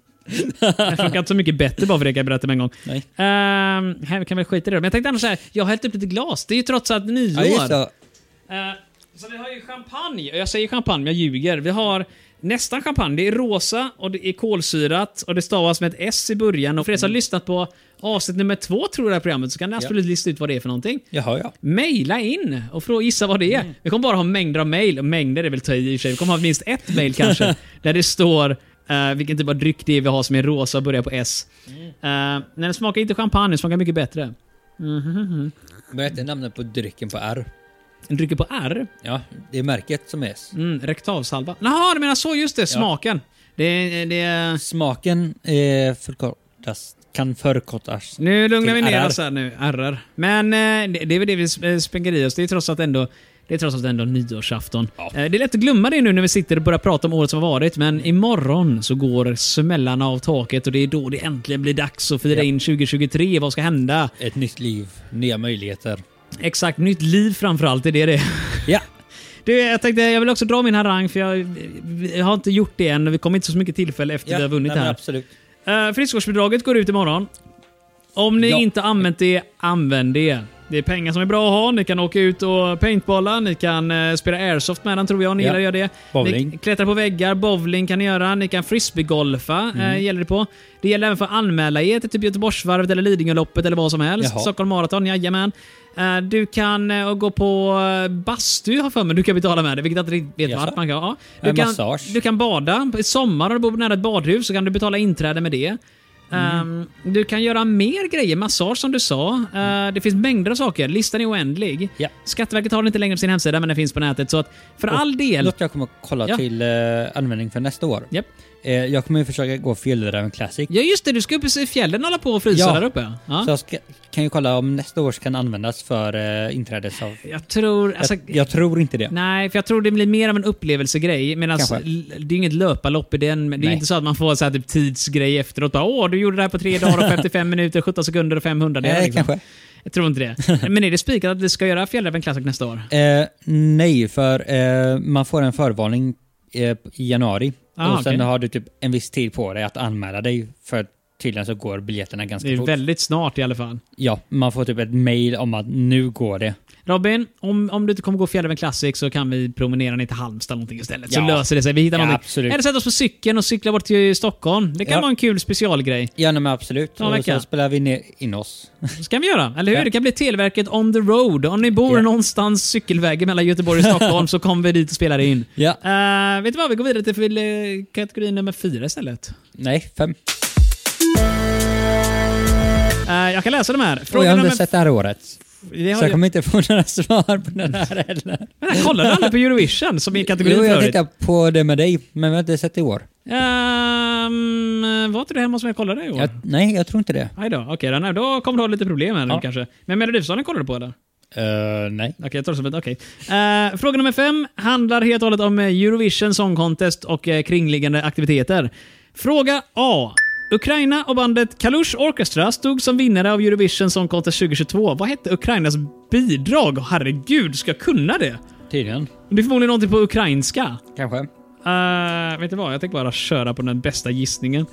Det funkar inte så mycket bättre bara för det kan jag berätta med en gång. Nej. Ehm, här kan vi skita i det Men jag tänkte annars så här, jag har hällt upp lite glas. Det är ju trots allt nyår. Ja, just det. Eh, så vi har ju champagne. Jag säger champagne, men jag ljuger. Vi har nästan champagne. Det är rosa och det är kolsyrat och det stavas med ett S i början. Och för er Mm. som har lyssnat på avsnitt nummer två tror jag det här programmet så kan ni absolut lista ut vad det är för någonting. Jaha, ja. Maila in och fråga, gissa vad det är. Vi kommer bara ha mängder av mail. Mängder är väl att ta i i och för sig. Vi kommer ha minst ett mail kanske. där det står eh, vilken typ av dryck det är vi har som är rosa och börjar på S. Eh, nej, den smakar inte champagne, den smakar mycket bättre. Men jag heter namnet på drycken på R. Den dricker på R. Ja, det är märket som är S. Mm, rektalsalva. Jaha, du menar så. Just det, smaken. Det, det... Smaken eh, förkortas, kan förkortas. Nu lugnar vi Till ner RR. oss här nu. RR. Men eh, det, det är väl det vi sp- eh, spänger i oss. Det är trots allt ändå det är trots allt ändå nyårsafton. Ja. Eh, Det är lätt att glömma det nu när vi sitter och börjar prata om året som har varit, men imorgon så går smällarna av taket och det är då det äntligen blir dags att fira Ja. in 2023. Vad ska hända? Ett nytt liv, nya möjligheter. Exakt, nytt liv framförallt. Det är det det är. Ja, Du, jag tänkte, jag vill också dra min harang för jag, jag har inte gjort det än och vi kommer inte så mycket tillfälle efter ja vi har vunnit nej, men här. Absolut. Uh, friskvårdsbidraget går ut imorgon. Om ni Ja. inte använt det, använd det. Det är pengar som är bra att ha. Ni kan åka ut och paintballa, ni kan eh, spela airsoft med den tror jag, om ni Ja. gillar att göra det. Bowling. Ni klättrar på väggar, bowling kan ni göra, ni kan frisbeegolfa, Mm. eh, gäller det på. Det gäller även för att anmäla er till typ Göteborgsvarvet eller Lidingöloppet eller vad som helst. Jaha. Stockholm Marathon, jajamän. Eh, Du kan eh, gå på eh, bastu, har jag för mig. Du kan betala med det, vilket jag inte riktigt vet Jaså? vart man kan. Ja. Eh, Du kan, massage. du kan bada. I sommar om du bor nära ett badhus så kan du betala inträde med det. Ehm, du kan göra mer grejer. Massage som du sa. Eh, det finns mängder av saker. Listan är oändlig. Ja. Skatteverket har den inte längre på sin hemsida, men den finns på nätet. Så att för all del... Något jag kommer att kolla Ja. till eh, användning för nästa år. Japp. Eh, jag kommer ju försöka gå Fjällräven Classic. Ja, just det. Du ska upp i fjällen och hålla på och frysa Ja. där uppe. Ja. Så jag ska, kan ju kolla om nästa år kan användas för eh, inträdesav... Jag tror... Alltså, jag, jag tror inte det. Nej, för jag tror det blir mer av en upplevelsegrej. Medan Kanske. l- det är inget löparlopp i den. Men det är Nej. inte så att man får så här typ tidsgrej efteråt. Bara, Åh, du gjorde det här på tre dagar och 55 minuter, 17 sekunder och 500. Det Nej, liksom. Eh, kanske. Jag tror inte det. Men är det spikat att vi ska göra Fjällräven Classic nästa år? Eh, nej, för eh, man får en förvarning eh, i januari. Ah, och sen okej. har du typ en viss tid på dig att anmäla dig för tydligen så går biljetterna ganska Det är fort. väldigt snart i alla fall. Ja, man får typ ett mail om att nu går det. Robin, om, om du inte kommer gå Fjällräven Classic så kan vi promenera ner till Halmstad någonting istället. Så Ja. löser det sig. Vi hittar Ja, någonting. absolut. Eller sätta oss på cykeln och cykla bort till Stockholm. Det kan Ja. vara en kul specialgrej. Ja, nej, men absolut. Ja, och verkar. så spelar vi ner in oss. Så kan vi göra, eller hur? Ja. Det kan bli Televerket on the road. Om ni bor Ja. någonstans cykelvägen mellan Göteborg och Stockholm så kommer vi dit och spelar in. Ja. Eh, vet du vad? Vi går vidare till eh, kategori nummer fyra istället. Nej, fem. Eh, jag kan läsa de här. och jag Fråga har nummer... inte sett det här året. Det har Så jag jag... kommer inte få några svar på den här heller. Men jag kollade aldrig på Eurovision som är kategorin Jo, jag förut. tittar på det med dig, men vi har inte sett det i år. Ehm, var inte det hemma som jag kollade i år? Jag, nej, jag tror inte det. Aj då, okej. den här- då kommer du ha lite problem här nu Ja. kanske. Men Melodifestivalen kollar du på eller? Eh, nej. Okej, jag tar det som ett okej. Eh, fråga nummer fem handlar helt och hållet om eh, Eurovision Song Contest och eh, kringliggande aktiviteter. Fråga A. Ukraina och bandet Kalush Orchestra stod som vinnare av Eurovision Song Contest 2022. Vad hette Ukrainas bidrag? Herregud, ska jag kunna det? Tydligen. Det är förmodligen någonting på ukrainska. Kanske. Eh, vet du vad? Jag tänker bara köra på den bästa gissningen.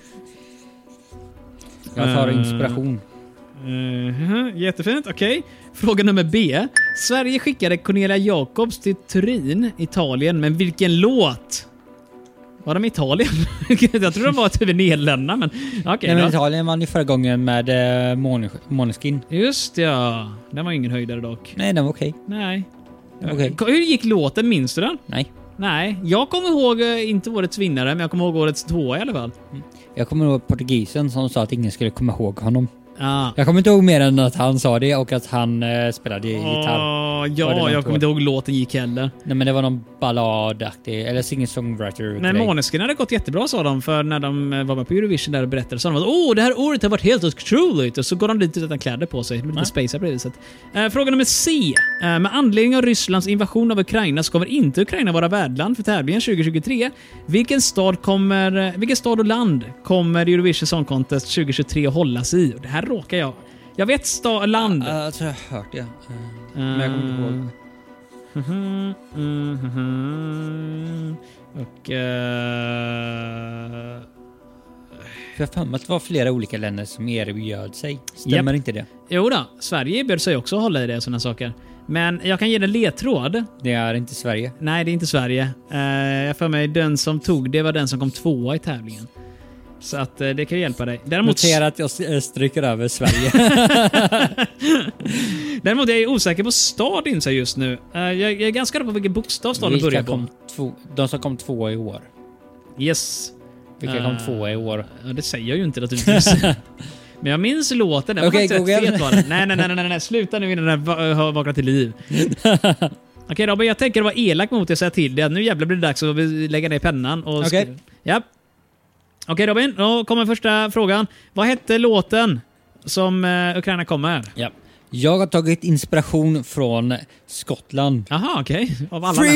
Jag tar Eh. inspiration. Mhm, jättefint, okej. Fråga nummer B. Sverige skickade Cornelia Jacobs till Turin, Italien, men vilken låt? Var de i Italien? jag tror de var typ i Nederländerna, men okej. Nej, men då. Italien vann ju förra gången med eh, Måne- Måneskin. Just ja. Den var ingen höjdare dock. Nej, den var okej. Nej. Okej. Hur gick låten? Minns du den? Nej. Nej. Jag kommer ihåg, eh, inte årets vinnare, men jag kommer ihåg årets tvåa i alla fall. Jag kommer ihåg portugisen som sa att ingen skulle komma ihåg honom. Ah. Jag kommer inte ihåg mer än att han sa det och att han eh, spelade Åh, gitarr. Var det ja, något jag kommer år? inte ihåg hur låten gick heller. Nej men det var någon balladaktig, eller singer-songwriter Nej, grej. Måneskin hade gått jättebra sa de, för när de eh, var med på Eurovision där och berättade sa de att åh, det här året har varit helt otroligt. Och så går de dit utan kläder på sig. Det blir lite Nej. spacear på det viset. Eh, fråga nummer C. Eh, med anledning av Rysslands invasion av Ukraina så kommer inte Ukraina vara värdland för tävlingen 2023. Vilken stad, kommer, eh, vilken stad och land kommer Eurovision Song Contest 2023 att hållas i? Och Det här råkar jag... Jag vet stad, land. Eh, jag tror jag har hört det. Eh, men jag kommer inte Mm. ihåg. Mhm, mhm, mhm. Och... eh, För jag har för mig att det var flera olika länder som erbjöd sig. Stämmer inte det? Jo då, Sverige bjöd sig också hålla i det och sådana saker. Men jag kan ge dig en ledtråd. Det är inte Sverige. Nej, det är inte Sverige. Eh, jag får mig den som tog det var den som kom tvåa i tävlingen. Så att eh, det kan ju hjälpa dig. Däremot, Notera att jag s- eh, stryker över Sverige. däremot är jag osäker på stad inser jag just nu. Eh, jag, jag är ganska säker på vilken bokstav staden börjar Vilka på. kom två, de som kom två i år. Yes. Vilka Eh, kom två i år? Ja, det säger jag ju inte naturligtvis. Men jag minns låten. Den Okej, var faktiskt rätt Google. fet var den. Nej, nej, nej, nej, nej, nej. Sluta nu innan den va- har vaknat till liv. Okej Robin, jag tänker vara elak mot dig och säga till dig att nu jävlar blir det dags att lägga ner pennan och Okej. skriva. Japp. Okej Robin, då kommer första frågan. Vad hette låten som eh, Ukraina kommer? Ja. Jag har tagit inspiration från Skottland. Jaha, okej. Av alla länder.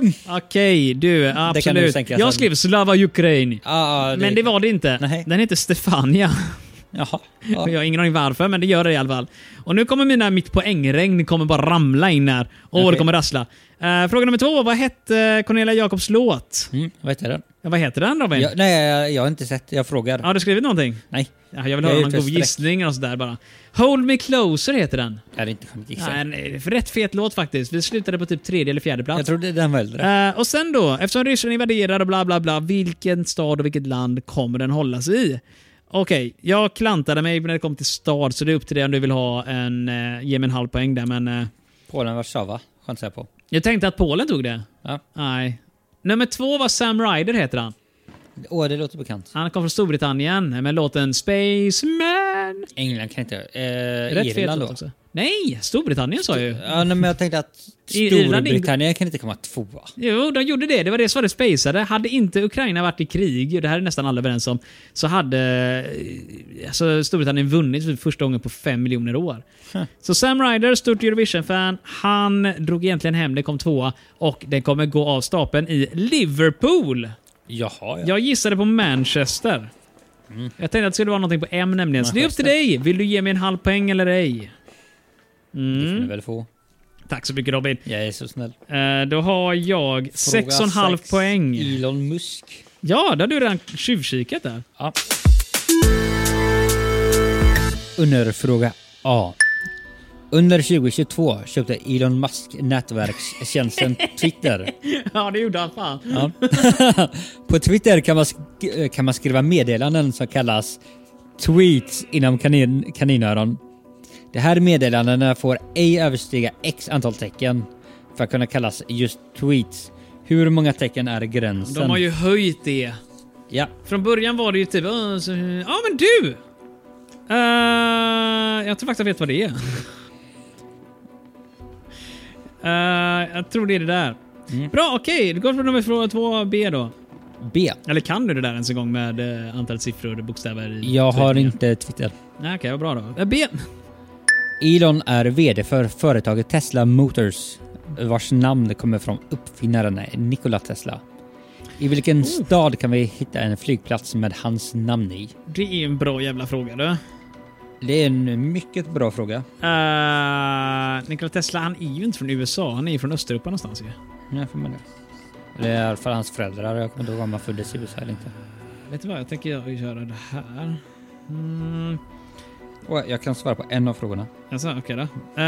Freedom! Okej, du. Absolut. tänka jag sen. skrev Slava Ukraini. Ah, Men det var det inte. Nej. Den heter Stefania. Jaha. Och Ja. Jag har ingen aning varför, men det gör det i alla fall. Och nu kommer mina mitt poängregn kommer bara ramla in här. Och det Okej. kommer rassla. Eh, fråga nummer två. Vad hette Cornelia Jacobs låt? Mm, vad heter den? Ja, vad heter den Robin? Jag, nej, jag, jag har inte sett. Jag frågar. Har du skrivit någonting? Nej, Ja, jag vill Jag höra är någon ute god och sträck. gissning och sådär bara. Hold Me Closer heter den. jag hade inte kunnat gissa. Ja, en eh, rätt fet låt faktiskt. Vi slutade på typ tredje eller fjärde plats. jag trodde den var äldre. Eh, och sen då, eftersom Ryssland invaderar och bla bla bla, vilken stad och vilket land kommer den hållas i? Okej, jag klantade mig när det kom till stad, så det är upp till dig om du vill ha en... eh, ge mig en halv poäng där, men... eh, Polen, Warszawa, chansar jag på. jag tänkte att Polen tog det. Ja. Nej. Nummer två var Sam Ryder, heter han. Åh, det låter bekant. Han kom från Storbritannien eh, med låten Spaceman. England kan inte... Eh, Rätt fet Irland låt då? också. Nej, Storbritannien sa jag ju. Ja, nej, men jag tänkte att Irland ingår- Storbritannien kan inte komma tvåa. Jo, de gjorde det. Det var det som var det spejsade. Hade inte Ukraina varit i krig, och det här är nästan alla överens om, så hade eh, alltså, Storbritannien vunnit för första gången på fem miljoner år. Så Sam Ryder, stort Eurovision-fan, han drog egentligen hem, det kom tvåa och den kommer gå av stapeln i Liverpool. Jaha, ja. Jag gissade på Manchester. Mm. Jag tänkte att det skulle vara någonting på M nämligen. Så det är upp till dig. Vill du ge mig en halv poäng eller ej? Det får ni Mm. väl få. Tack så mycket Robin. Jag är så snäll. Eh, Då har jag Fråga 6,5 sex. poäng. Elon Musk. Ja, då har du redan tjuvkikat där. Ja. Underfråga A. Under 2022 köpte Elon Musk nätverkstjänsten Twitter. Ja, det gjorde han fan. Ja. På Twitter kan man, sk- kan man skriva meddelanden som kallas tweets inom kanin, kaninöron. De här meddelandena får ej överstiga x antal tecken för att kunna kallas just tweets. Hur många tecken är gränsen? De har ju höjt det. Ja, Från början var det ju typ... "Åh, så- Ja, men du! Eh, jag tror faktiskt jag vet vad det är. Eh, jag tror det är det där. Mm. Bra, okej. Det går från nummer fråga 2B då. B. Eller kan du det där ens en gång med eh, antalet siffror och bokstäver? I Jag har tweetingen? inte Twitter. Nej, okej, vad bra då. Eh, B. Elon är VD för företaget Tesla Motors vars namn kommer från uppfinnaren Nikola Tesla. I vilken stad kan vi hitta en flygplats med hans namn i? Det är en bra jävla fråga du. Eh, Det är en mycket bra fråga. Uh, Nikola Tesla, han är ju inte från USA. Han är ju från Östeuropa någonstans ju. Jag får med det. Eller i alla fall hans föräldrar. Jag kommer inte ihåg om han föddes i USA eller inte. Vet du vad, jag tänker jag göra det här. Mm. Och jag kan svara på en av frågorna. Alltså, okej då. Eh,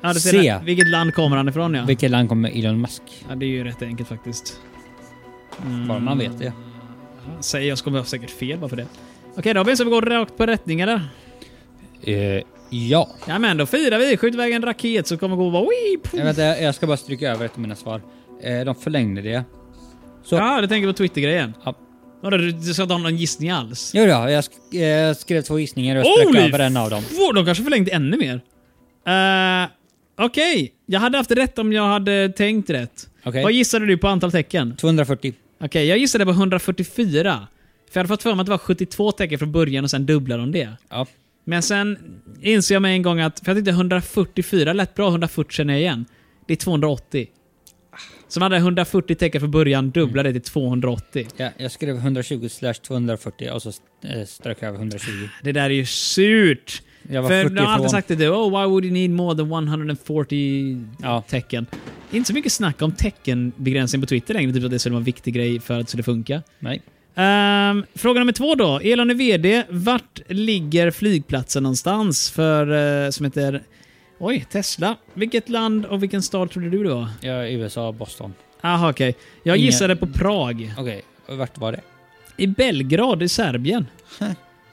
ja, du ser Se. det. Vilket land kommer han ifrån ja? Vilket land kommer Elon Musk? ja? Det är ju rätt enkelt faktiskt. Mm, Bara man vet det. Ja, Säger jag så kommer jag säkert fel bara för det. Okej Robin, så vi går rakt på rättningar där. Eh, ja. Ja, men då firar vi. Skjut iväg en raket så kommer gå och bara... Weep. Jag, vet, inte, jag ska bara stryka över ett av mina svar. Eh, de förlängde det. Så. Ja, du tänker på Twitter-grejen? Ja. Vadå, du, du ska inte ha någon gissning alls? Jo, ja, jag sk- eh, skrev två gissningar och jag strök Holy över en av dem. Wow, de kanske förlängde ännu mer. Eh, Okej, jag hade haft rätt om jag hade tänkt rätt. Okej. Vad gissade du på antal tecken? 240. Okej, jag gissade på 144. För jag hade fått för mig att det var 72 tecken från början och sen dubblade de det. Ja. Men sen insåg jag med en gång att, för jag tyckte 144 lät bra, 140 känner jag igen. Det är 280. Så man hade 140 tecken från början, dubblade det till 280. ja jag skrev 120 slash 240 och så eh, strök jag över 120. Det där är ju surt. Jag var För 40 de har alltid ifrån. sagt det, oh, why would you need more than 140 Ja. tecken? Inte så mycket snack om teckenbegränsning på Twitter längre, typ att det skulle vara en viktig grej för att det skulle funka. Nej. Ehm, fråga nummer två då. Elon är VD. Vart ligger flygplatsen någonstans för, eh, som heter... Oj, Tesla. Vilket land och vilken stad trodde du det var? Jag är i USA, Boston. Aha, okej. Jag Ingen- gissade på Prag. Okej, och vart var det? I Belgrad i Serbien.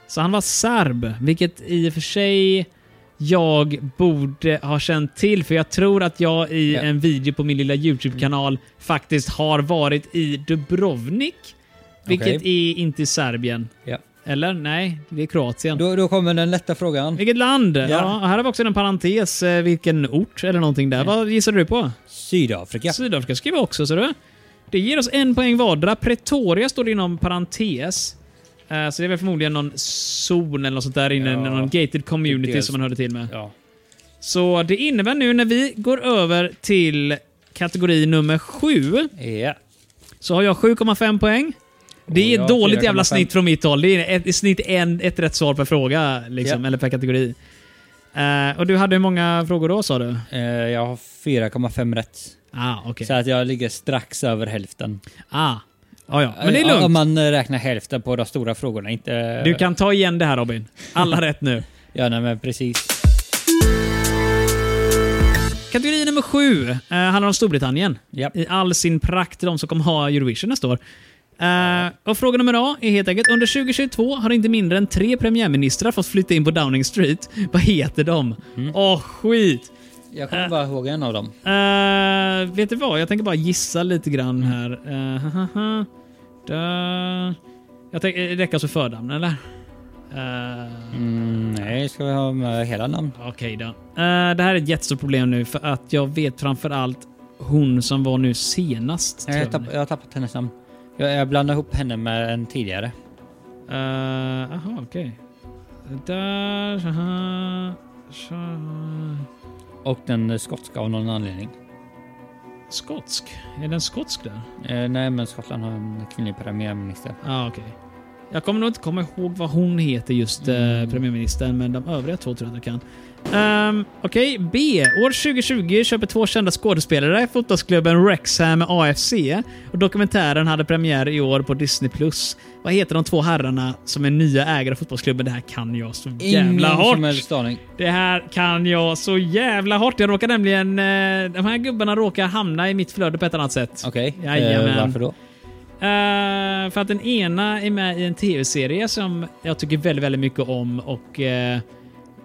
Så han var serb, vilket i och för sig jag borde ha känt till, för jag tror att jag i Ja. en video på min lilla YouTube-kanal faktiskt har varit i Dubrovnik, vilket är inte i Serbien. Ja. Eller? Nej, det är Kroatien. Då, då kommer den lätta frågan. Vilket land? Ja. Ja. här har vi också en parentes. eh, Vilken ort eller någonting där. Vad gissade du på? Sydafrika. Sydafrika skriver också, ser du. Det ger oss en poäng vardera. Pretoria står det inom parentes. Eh, Så det är väl förmodligen någon zon eller något sånt där inne, Ja. någon gated community Dels- som man hörde till med. Ja. Så det innebär nu när vi går över till kategori nummer sju, Ja. så har jag 7,5 poäng. Det Och är jag ett dåligt jävla 4,5. snitt från mitt håll. Det är ett, i snitt en, ett rätt svar per fråga, liksom, Ja. eller per kategori. Eh, och du hade hur många frågor då, sa du? Eh, jag har 4,5 rätt. Ah, okej. Så att jag ligger strax över hälften. Ah. Ah, ja. Men det är Ja, lugnt. Om man eh, räknar hälften på de stora frågorna, inte... Du kan ta igen det här Robin. Alla rätt nu. Ja, nej, men precis. Kategori nummer sju eh, handlar om Storbritannien. Ja. I all sin prakt, de som kommer ha Eurovision nästa år. Eh, och fråga nummer A är helt enkelt, under 2022 har inte mindre än tre premiärministrar fått flytta in på Downing Street. Vad heter de? Åh, skit! Jag kommer bara ihåg en av dem. Eh, vet du vad? Jag tänker bara gissa lite grann här. Eh, hahaha. Da. Jag tänker, eh, räcker alltså förnamn, eller? Eh, Mm, nej, ska vi ha med hela namn? Okej då. Eh, det här är ett jättestort problem nu för att jag vet framförallt hon som var nu senast. Nej, tror jag jag, har tapp, jag har tappat hennes namn. Jag, jag blandar ihop henne med en tidigare. Eh, aha, okej. Där, så här, så här. Och den skotska av någon anledning. Skotsk? Är den skotsk där? Eh, nej, men Skottland har en kvinnlig premiärminister. Ja, ah, okej. Jag kommer nog inte komma ihåg vad hon heter just Mm. eh, premiärministern, men de övriga två tror jag att jag kan. Ehm, Okej, B. År 2020 köper två kända skådespelare fotbollsklubben Wrexham AFC och dokumentären hade premiär i år på Disney+. Vad heter de två herrarna som är nya ägare av fotbollsklubben? Det här kan jag så jävla Ingen hårt. som helst aning. Det här kan jag så jävla hårt. Jag råkar nämligen... eh, De här gubbarna råkar hamna i mitt flöde på ett annat sätt. Okej, Jajamän. eh, varför då? Eh, för att den ena är med i en tv-serie som jag tycker väldigt, väldigt mycket om och eh,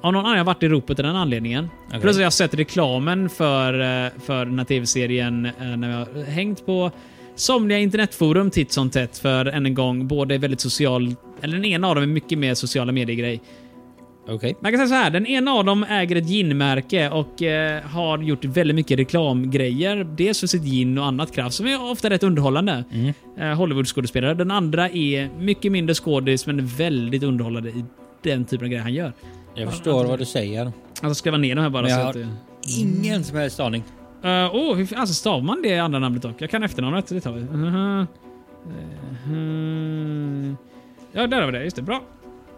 av någon anledning har jag varit i ropet av den anledningen. Okej. Plus att jag har sett reklamen för, eh, för den här tv-serien eh, när jag har hängt på somliga internetforum titt som tätt för än en gång, båda är väldigt social... Eller den ena av dem är mycket mer sociala medier-grej. Okej. Man kan säga så här, den ena av dem äger ett ginmärke och eh, har gjort väldigt mycket reklamgrejer. Dels för sitt gin och annat kraft som är ofta rätt underhållande. Eh, Hollywood-skådespelare. Den andra är mycket mindre skådis men väldigt underhållande i den typen av grejer han gör. Jag förstår vad du säger. Alltså skriva ner de här bara Men jag så har- att... eh, Ingen som helst aning. Eh, Åh, hur alltså stavar man det andra namnet dock? Jag kan efternamnet, det tar vi. Mhm. Mhm. Ja, där har vi det. Just det, bra.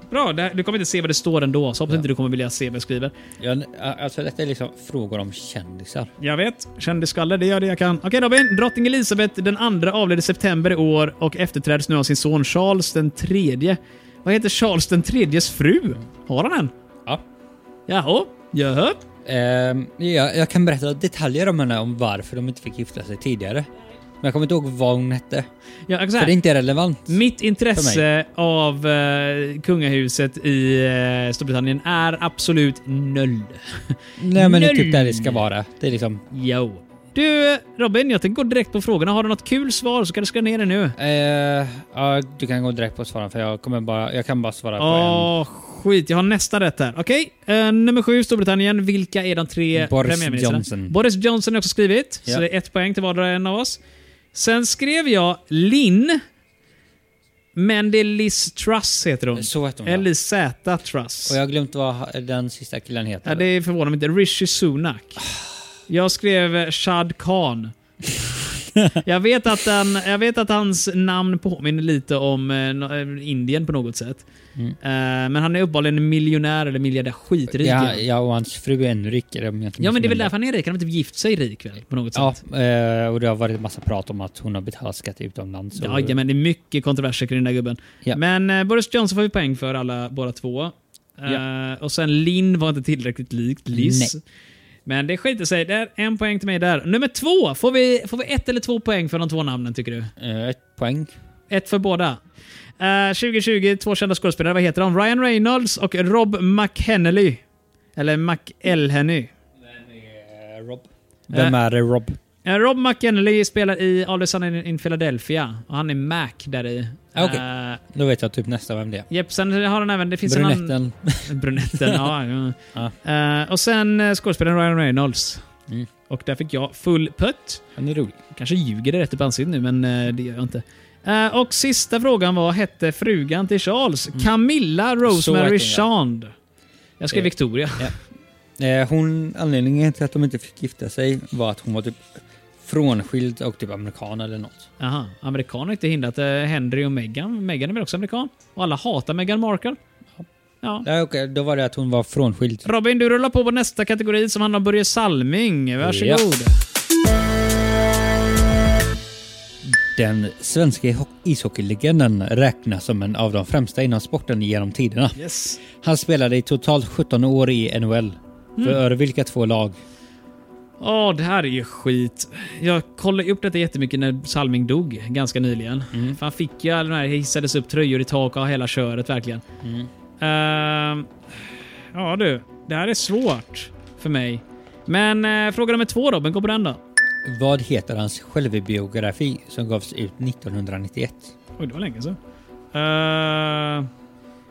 Bra, det här, du kommer inte se vad det står ändå, så hoppas inte du kommer vilja se vad jag skriver. Jag, alltså detta är liksom frågor om kändisar. Jag vet. Kändisskalle, det gör det jag kan. Okej Robin. Drottning Elisabeth den andra avled i september i år och efterträds nu av sin son Charles den tredje. Vad heter Charles den tredjes fru? Har han en? Ja. Jaha? Jaha? Ehm, ja, jag kan berätta detaljer om henne om varför de inte fick gifta sig tidigare. Men jag kommer inte ihåg vad hon hette. Jag kan säga, För det är inte relevant. Mitt För intresse av eh, kungahuset i eh, Storbritannien är absolut noll. Nej men det är Noll. typ där det ska vara. Det är liksom... Jo. Du Robin, jag tänker gå direkt på frågorna. Har du något kul svar så kan du skriva ner det nu. Eh, ja, du kan gå direkt på svaren för jag kommer bara... Jag kan bara svara på Åh, skit. Jag har nästan rätt här. Okej, eh, nummer sju, Storbritannien. Vilka är de tre Boris premiärministrarna? Johnson. Boris Johnson har också skrivit, Ja. så det är ett poäng till vardera en av oss. Sen skrev jag Linn, men det är Liz Truss heter hon. en. Så hette hon ja. L-I-Z Truss. Och jag har glömt vad den sista killen heter. ja, det förvånar mig inte. Rishi Sunak. Jag skrev eh, Shad Khan. jag, vet att han, jag vet att hans namn påminner lite om eh, no- eh, Indien på något sätt. Mm. Eh, men han är uppenbarligen miljonär eller miljardär. Skitrik. ja, Ja, ja, och hans fru är ännu rikare. om jag inte men det är väl missminner därför han är rik. Han har typ gift sig rik väl, på något sätt. mig. Ja, eh, och det har varit en massa prat om att hon har betalat skatt utomlands. Och, Ja, men det är mycket kontroverser kring den där gubben. Ja. Men eh, Boris Johnson får vi poäng för alla båda två. Eh, och sen Linn var inte tillräckligt likt Liz. Nej. Men det skiter sig. Där, en poäng till mig där. Nummer två. Får vi, får vi ett eller två poäng för de två namnen tycker du? eh, ett poäng. Ett för båda. Eh, 2020, två kända skådespelare. Vad heter de? Ryan Reynolds och Rob McHenley. Eller McElhenny. Rob. Vem är det, Rob? Eh, Rob McKennelly spelar i Always Sunny in Philadelphia och han är Mac där i. Ah, Okej. Eh, Då vet jag typ nästa vem det är. Jepp, sen har han även... Det finns en annan- Brunetten. Brunetten, ja. ja. Ja. Eh, och sen eh, skådespelaren Ryan Reynolds. Mm. Och där fick jag full pött. Han är rolig. Kanske ljuger det rätt upp i ansiktet nu, men eh, det gör jag inte. Eh, och sista frågan var, hette frugan till Charles? Mm. Camilla hette hon, Rosemary ja. Chand. Jag skrev Eh. Victoria. Eh, hon, anledningen till att de inte fick gifta sig var att hon var typ frånskild och typ amerikan eller något. Aha, amerikaner har inte hindrat eh, Henry och Meghan. Meghan är väl också amerikan? Och alla hatar Meghan Markle. Ja. Nej, okej, då var det att hon var frånskild. Robin, du rullar på på nästa kategori som handlar om Börje Salming. Varsågod. Den svenska ho- ishockeylegenden räknas som en av de främsta inom sporten genom tiderna. Yes. Han spelade i totalt 17 år i NHL. För vilka två lag? Ja, det här är ju skit. Jag kollade upp detta jättemycket när Salming dog ganska nyligen. För han fick ju alla de här, hissades upp tröjor i tak och hela köret verkligen. Ehm, ja du, det här är svårt för mig. Men eh, fråga nummer två Robin, gå på den då. Vad heter hans självbiografi som gavs ut 1991? Oj, det var länge sedan. Ehm,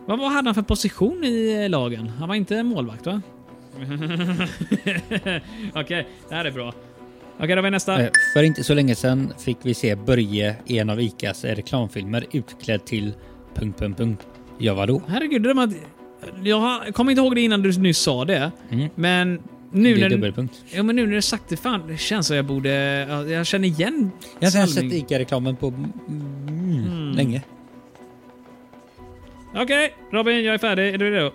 vad, vad hade han för position i eh, lagen? Han var inte målvakt va? Okej, det här är bra. Okej, då har vi nästa. Eh, För inte så länge sedan fick vi se Börje i en av ICAs reklamfilmer utklädd till... Punkt, punkt, punkt. Ja, vadå? Herregud, det där med att... Jag har- kommer inte ihåg det innan du nyss sa det. Mm. Men nu det är när, dubbelpunkt. ja, men nu när du sagt det, fan, det känns som jag borde... ja, Jag känner igen Jag har inte ens sett Salming. ICA-reklamen på mm, länge. Okej, Robin, jag är färdig. Är du redo?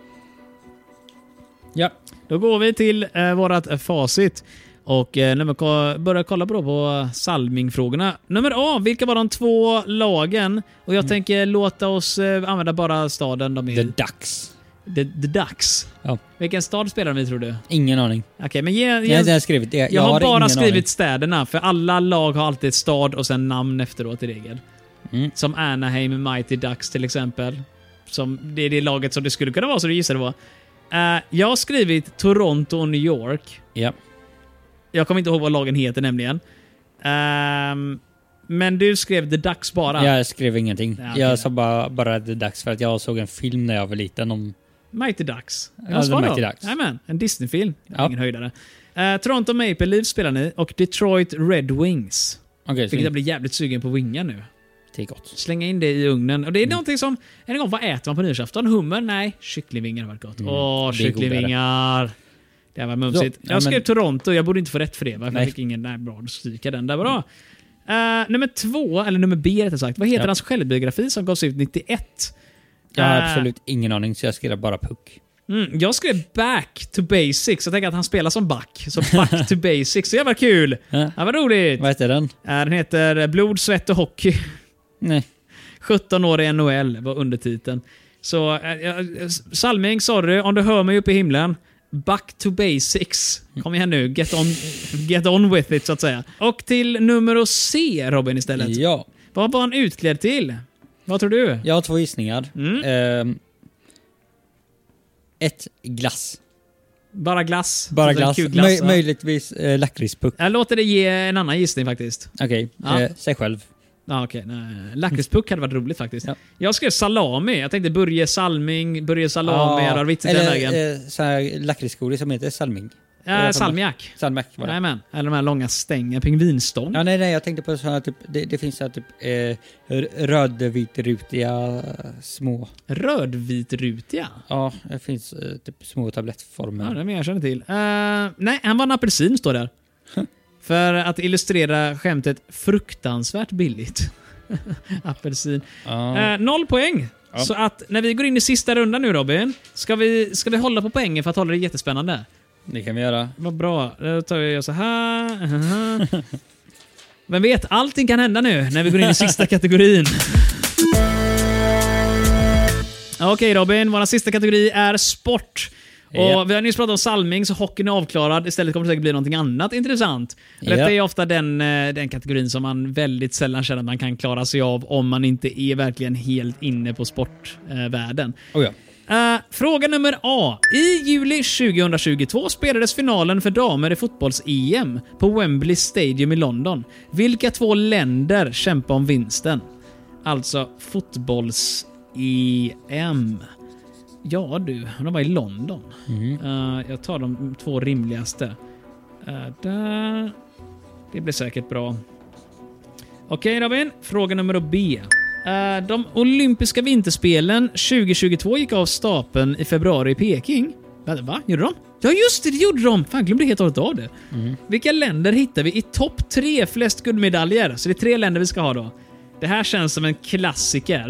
Ja. Då går vi till eh, vårat facit och eh, nummer, ko- börjar kolla på, då på Salming-frågorna. Nummer A, vilka var de två lagen? Och jag Mm. tänker låta oss eh, använda bara staden de är The i. Ducks. The, the Ducks. Ja. Vilken stad spelar de i tror du? Ingen aning. Okej, men ge, ge, Jag har inte ens skrivit det. Jag, jag har bara ingen skrivit städerna, för alla lag har alltid ett stad och sen namn efteråt i regel. Mm. Som Anaheim Mighty Ducks till exempel. Som, det är det laget som det skulle kunna vara, så du gissade på. Eh, jag har skrivit Toronto och New York. Aning. Ja. Jag kommer inte ihåg vad lagen heter nämligen. Ehm, men du skrev The Ducks bara. Jag skrev ingenting. Ja, okej. Jag sa bara, bara The Ducks för att jag såg en film när jag var liten om... Mighty Ducks. Ja, The Mighty Ducks. Jajamän, en Disney-film. Ja. Ingen höjdare. Eh, Toronto Maple Leafs spelar ni och Detroit Red Wings. Okej, Vilket jag så blir jävligt sugen på vingar nu. det är gott. Slänga in det i ugnen. Och det är Mm. någonting som... En gång, vad äter man på nyårsafton? Hummer? Nej. Kycklingvingar var gott. Åh, Mm. det är kycklingvingar. Det här var mumsigt. Ja, jag skrev men- Toronto, jag borde inte få rätt för det. Varför Nej. fick ingen... Nej, bra. Då stryker jag den där. Bra. Eh, nummer två, eller nummer B rättare sagt. Vad heter Ja. hans självbiografi som gavs ut 91? Jag har Eh, absolut ingen aning så jag skrev bara puck. Mm, jag skrev back to basics. Jag tänker att han spelar som back. Så back to basics. Så jävla kul! Ja. Ja, vad roligt! Äh? Vad heter den? Eh, den heter Blod, svett och hockey. Nej. 17 år i NHL var undertiteln. Så eh, jag- Salming, sorry om du hör mig uppe i himlen. Back to basics. Kom igen nu, get on, get on with it så att säga. Och till nummer C Robin istället. Ja. Vad var han utklädd till? Vad tror du? Jag har två gissningar. Mm. Ehm, ett glass. Bara glass? Bara Så det är glass. kul glass, Möj- ja. Möjligtvis eh, lakritspuck. Jag låter det ge en annan gissning faktiskt. Okej, Ja. eh, sig själv. Ah, okay. Lakritspuck hade varit roligt faktiskt. Ja. Jag skrev salami. Jag tänkte Börje Salming, Börje Salami, jag Ja, rör vitsen den vägen. Eller eh, sån här lakritsgodis som heter salming. Eh, eh, salmiak. Salmak var det. Jajamän. Eller de här långa stängen, pingvinstång. Ja, nej, nej, jag tänkte på såna här typ, det, det finns så här typ eh, r- rödvitrutiga eh, små, Rödvitrutiga? ja, det finns eh, typ små tablettformer. Ja, det är mer jag känner till. Eh, nej, han var en apelsin, står där. För att illustrera skämtet fruktansvärt billigt. apelsin. Ja. Eh, noll poäng. Ja. Så att när vi går in i sista rundan nu Robin, ska vi, ska vi hålla på poängen för att hålla det jättespännande? Det kan vi göra. Vad bra. Då tar jag så här. aha. Vem vet, allting kan hända nu när vi går in i sista kategorin. Okej Robin, vår sista kategori är sport. Och Ja. Vi har nyss pratat om Salming, så hockeyn är avklarad. Istället kommer det säkert bli någonting annat intressant. Och Detta Ja. är ofta den, eh, den kategorin som man väldigt sällan känner att man kan klara sig av om man inte är verkligen helt inne på sportvärlden. Oh, ja. Eh, fråga nummer A. I juli 2022 spelades finalen för damer i fotbolls-EM på Wembley Stadium i London. Vilka två länder kämpar om vinsten? Alltså fotbolls-EM. Ja du, de var i London. Eh, jag tar de två rimligaste. Eh, där. Det blir säkert bra. Okej Robin, fråga nummer B. Eh, De olympiska vinterspelen 2022 gick av stapeln i februari i Peking. Vänta, Va? Gjorde de? Ja just det, det gjorde de! Fan, glömde helt och hållet av det. Vilka länder hittar vi i topp tre flest guldmedaljer? Så det är tre länder vi ska ha då. Det här känns som en klassiker.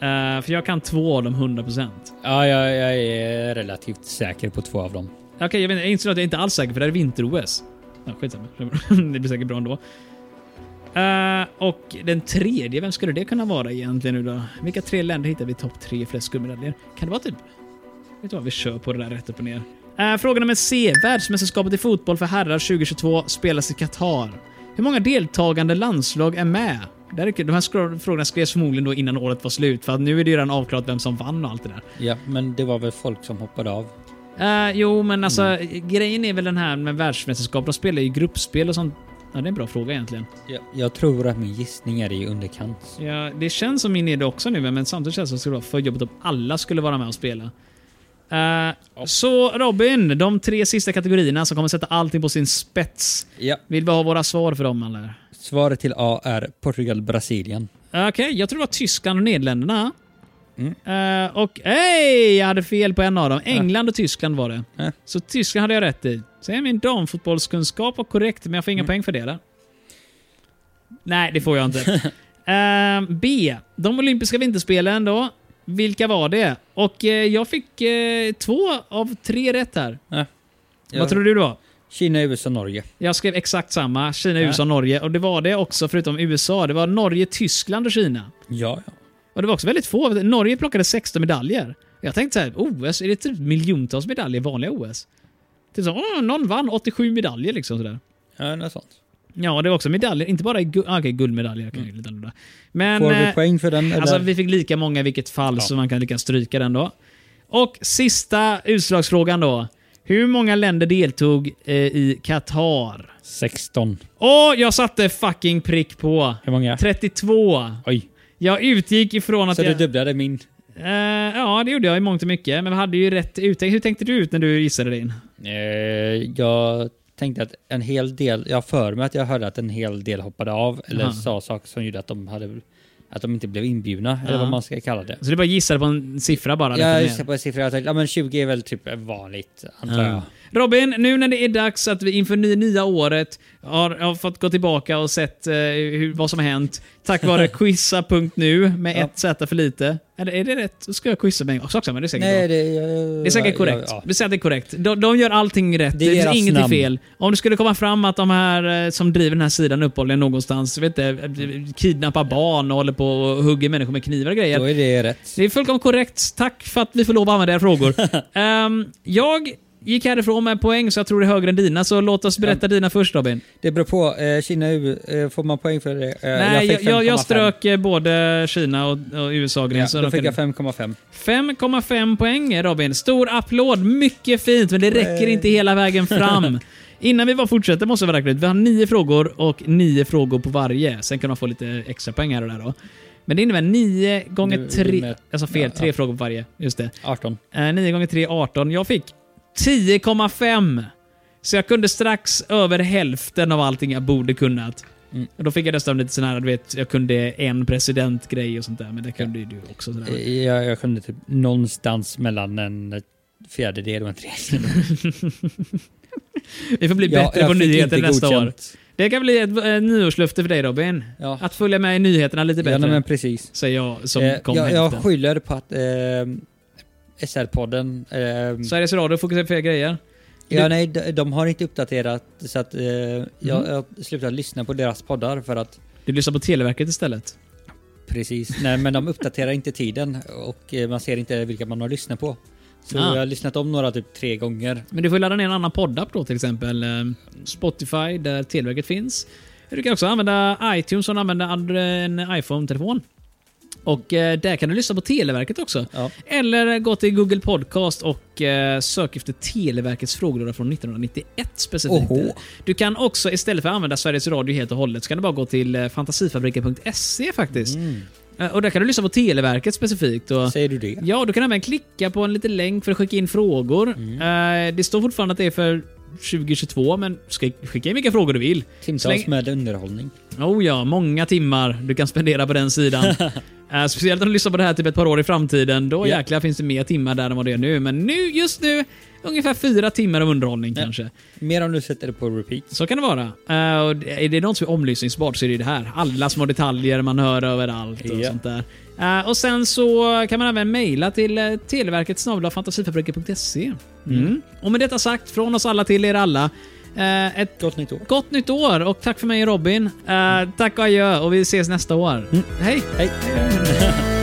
Eh, för jag kan två av dem 100%. ja, jag, jag är relativt säker på två av dem. Okej, jag, vet inte, jag inser att jag inte alls är säker för det här är vinter-OS. Ja, skitsamma. det blir säkert bra ändå. Eh, och den tredje, vem skulle det kunna vara egentligen nu då? Vilka tre länder hittar vi i topp tre flest guldmedaljer? Kan det vara typ... Vet du vad, vi kör på det där rätt upp och ner. Uh, fråga nummer C. Världsmästerskapet i fotboll för herrar 2022 spelas i Qatar. Hur många deltagande landslag är med? Där är, kul. de här skro- frågorna skrevs förmodligen då innan året var slut, för att nu är det ju redan avklarat vem som vann och allt det där. Ja, men det var väl folk som hoppade av. Eh, jo, men alltså grejen är väl den här med världsmästerskap. De spelar ju gruppspel och sånt. Ja, det är en bra fråga egentligen. Jag, jag tror att min gissning är i underkant. Ja, det känns som min idé också nu, men samtidigt känns det som det skulle vara för jobbigt om alla skulle vara med och spela. Eh, Så Robin, de tre sista kategorierna som kommer sätta allting på sin spets. Ja. Vill vi ha våra svar för dem eller? Svaret till A är Portugal, Brasilien. Eh, Okej, jag tror det var Tyskland och Nederländerna. Mm. Eh, och hej! Jag hade fel på en av Eh. dem. England och Tyskland var det. Ja. Så Tyskland hade jag rätt i. Sen min damfotbollskunskap var korrekt, men jag Mm. får inga poäng för det eller? Nej, det får jag inte. Eh, B. De olympiska vinterspelen då. Vilka var det? Och eh, jag fick eh, två av tre rätt här. Ja. Vad tror du då? Kina, USA, Norge. Jag skrev exakt samma. Kina, Ja. USA, Norge. Och det var det också, förutom USA. Det var Norge, Tyskland och Kina. Ja, ja. Och det var också väldigt få. Norge plockade 16 medaljer. Jag tänkte så här, OS, är det typ miljontals medaljer i vanliga OS? Typ så, åh, någon vann 87 medaljer liksom sådär. Ja, något sånt. Ja, det var också medaljer, inte bara i guld, ah, okej, guldmedaljer. Kan ju lite annorlunda. Men... Mm. Får eh, vi poäng för den? Eller? Alltså vi fick lika många i vilket fall Ja. så man kan lika stryka den då. Och sista utslagsfrågan då. Hur många länder deltog eh, i Qatar? 16. Åh, jag satte fucking prick på! Hur många? 32. Oj. Jag utgick ifrån att Så du jag... dubblade min. Eh, ja, det gjorde jag i mångt och mycket, men vi hade ju rätt ut. Hur tänkte du ut när du gissade din? Eh, jag tänkte att en hel del, jag har för mig att jag hörde att en hel del hoppade av eller Aha. sa saker som gjorde att de, hade, att de inte blev inbjudna, eller Ja. vad man ska kalla det. Så du bara gissade på en siffra bara? lite Jag mer. gissar på en siffra, jag tänkte, ja men 20 är väl typ vanligt, antar jag. Ja. Robin, nu när det är dags att vi inför ny- nya året har, har fått gå tillbaka och sett eh, hur, vad som har hänt tack vare quizza.nu med Ja. ett Z för lite. Eller är det rätt? Så ska jag quizza mig också, också men det är säkert Nej, bra. det, Det är säkert korrekt. Ja, ja. Vi säger att det är korrekt. De, de gör allting rätt. Det Det, är finns deras inget namn. fel. Om det skulle komma fram att de här eh, som driver den här sidan uppehåller någonstans, vet inte, kidnappar barn och håller på och hugger människor med knivar och grejer. Då är det rätt. Det är fullkomligt korrekt. Tack för att vi får lov att använda era frågor. Ehm, jag gick härifrån med en poäng så jag tror det är högre än dina, så låt oss berätta dina först Robin. Det beror på, eh, Kina U, eh, får man poäng för det? Eh, Nej, fick jag, jag, 5,5. jag strök eh, både Kina och, och USA Ja, gränsen. då fick jag 5,5. 5,5 poäng Robin. Stor applåd, mycket fint, men det räcker inte hela vägen fram. Innan vi bara fortsätter måste vi verkligen vi har nio frågor och nio frågor på varje. Sen kan man få lite extra poäng här och där då. Men det innebär nio gånger Nu- tre... med- Jag sa fel, ja, tre ja. frågor på varje. Just det. 18. Eh, 9 gånger 3 18. Jag fick 10,5. Så jag kunde strax över hälften av allting jag borde kunnat. Mm. Och då fick jag dessutom lite sån här, du vet, jag kunde en presidentgrej och sånt där, men det kunde ju du också. Sådär. Eh, Jag, jag kunde typ någonstans mellan en fjärdedel och en tredjedel. Vi får bli Ja, bättre jag på fick nyheter inte nästa år. godkänt. Det kan bli ett eh, nyårslöfte för dig Robin. Ja. Att följa med i nyheterna lite Ja, bättre. nej, men precis. Säger jag som Eh, kom jag, jag hälften. skyller på att eh, SR-podden... Eh, Sveriges Radio fokuserar på fel grejer. ja, du- nej, de, de har inte uppdaterat så att eh, jag, Mm. jag slutar lyssna på deras poddar för att... Du lyssnar på Televerket istället. Precis. Nej, men de uppdaterar inte tiden och eh, man ser inte vilka man har lyssnat på. Så Ah. jag har lyssnat om några typ tre gånger. Men du får ladda ner en annan poddapp då till exempel. eh, Spotify där Televerket finns. Du kan också använda iTunes om du använder andra- en iPhone-telefon. Och eh, där kan du lyssna på Televerket också. Ja. Eller gå till Google Podcast och eh, sök efter Televerkets frågelåda från 1991 specifikt. Oho. Du kan också istället för att använda Sveriges Radio helt och hållet så kan du bara gå till eh, fantasifabriken.se faktiskt. Eh, Och där kan du lyssna på Televerket specifikt. Och, Säger du det? Ja, du kan även klicka på en liten länk för att skicka in frågor. Eh, det står fortfarande att det är för 2022, men skick- skicka in vilka frågor du vill. Timtals Släng- med underhållning. Oh ja, många timmar du kan spendera på den sidan. Eh, speciellt om du lyssnar på det här typ ett par år i framtiden. Då Ja. jäklar finns det mer timmar där än vad det är nu. Men nu, just nu, ungefär fyra timmar av underhållning kanske. Mer om du sätter det på repeat. Så kan det vara. Eh, och det- är det något som är omlyssningsbart så är det ju det här. Alla små detaljer man hör överallt och Ja. sånt där. Eh, och sen så kan man även mejla till uh, televerket snabel-a fantasifabriken.se. Mm. Och med detta sagt, från oss alla till er alla. eh, ett Gott nytt år. gott nytt år och tack för mig Robin. Eh, tack och adjö och vi ses nästa år. Hej! Hej!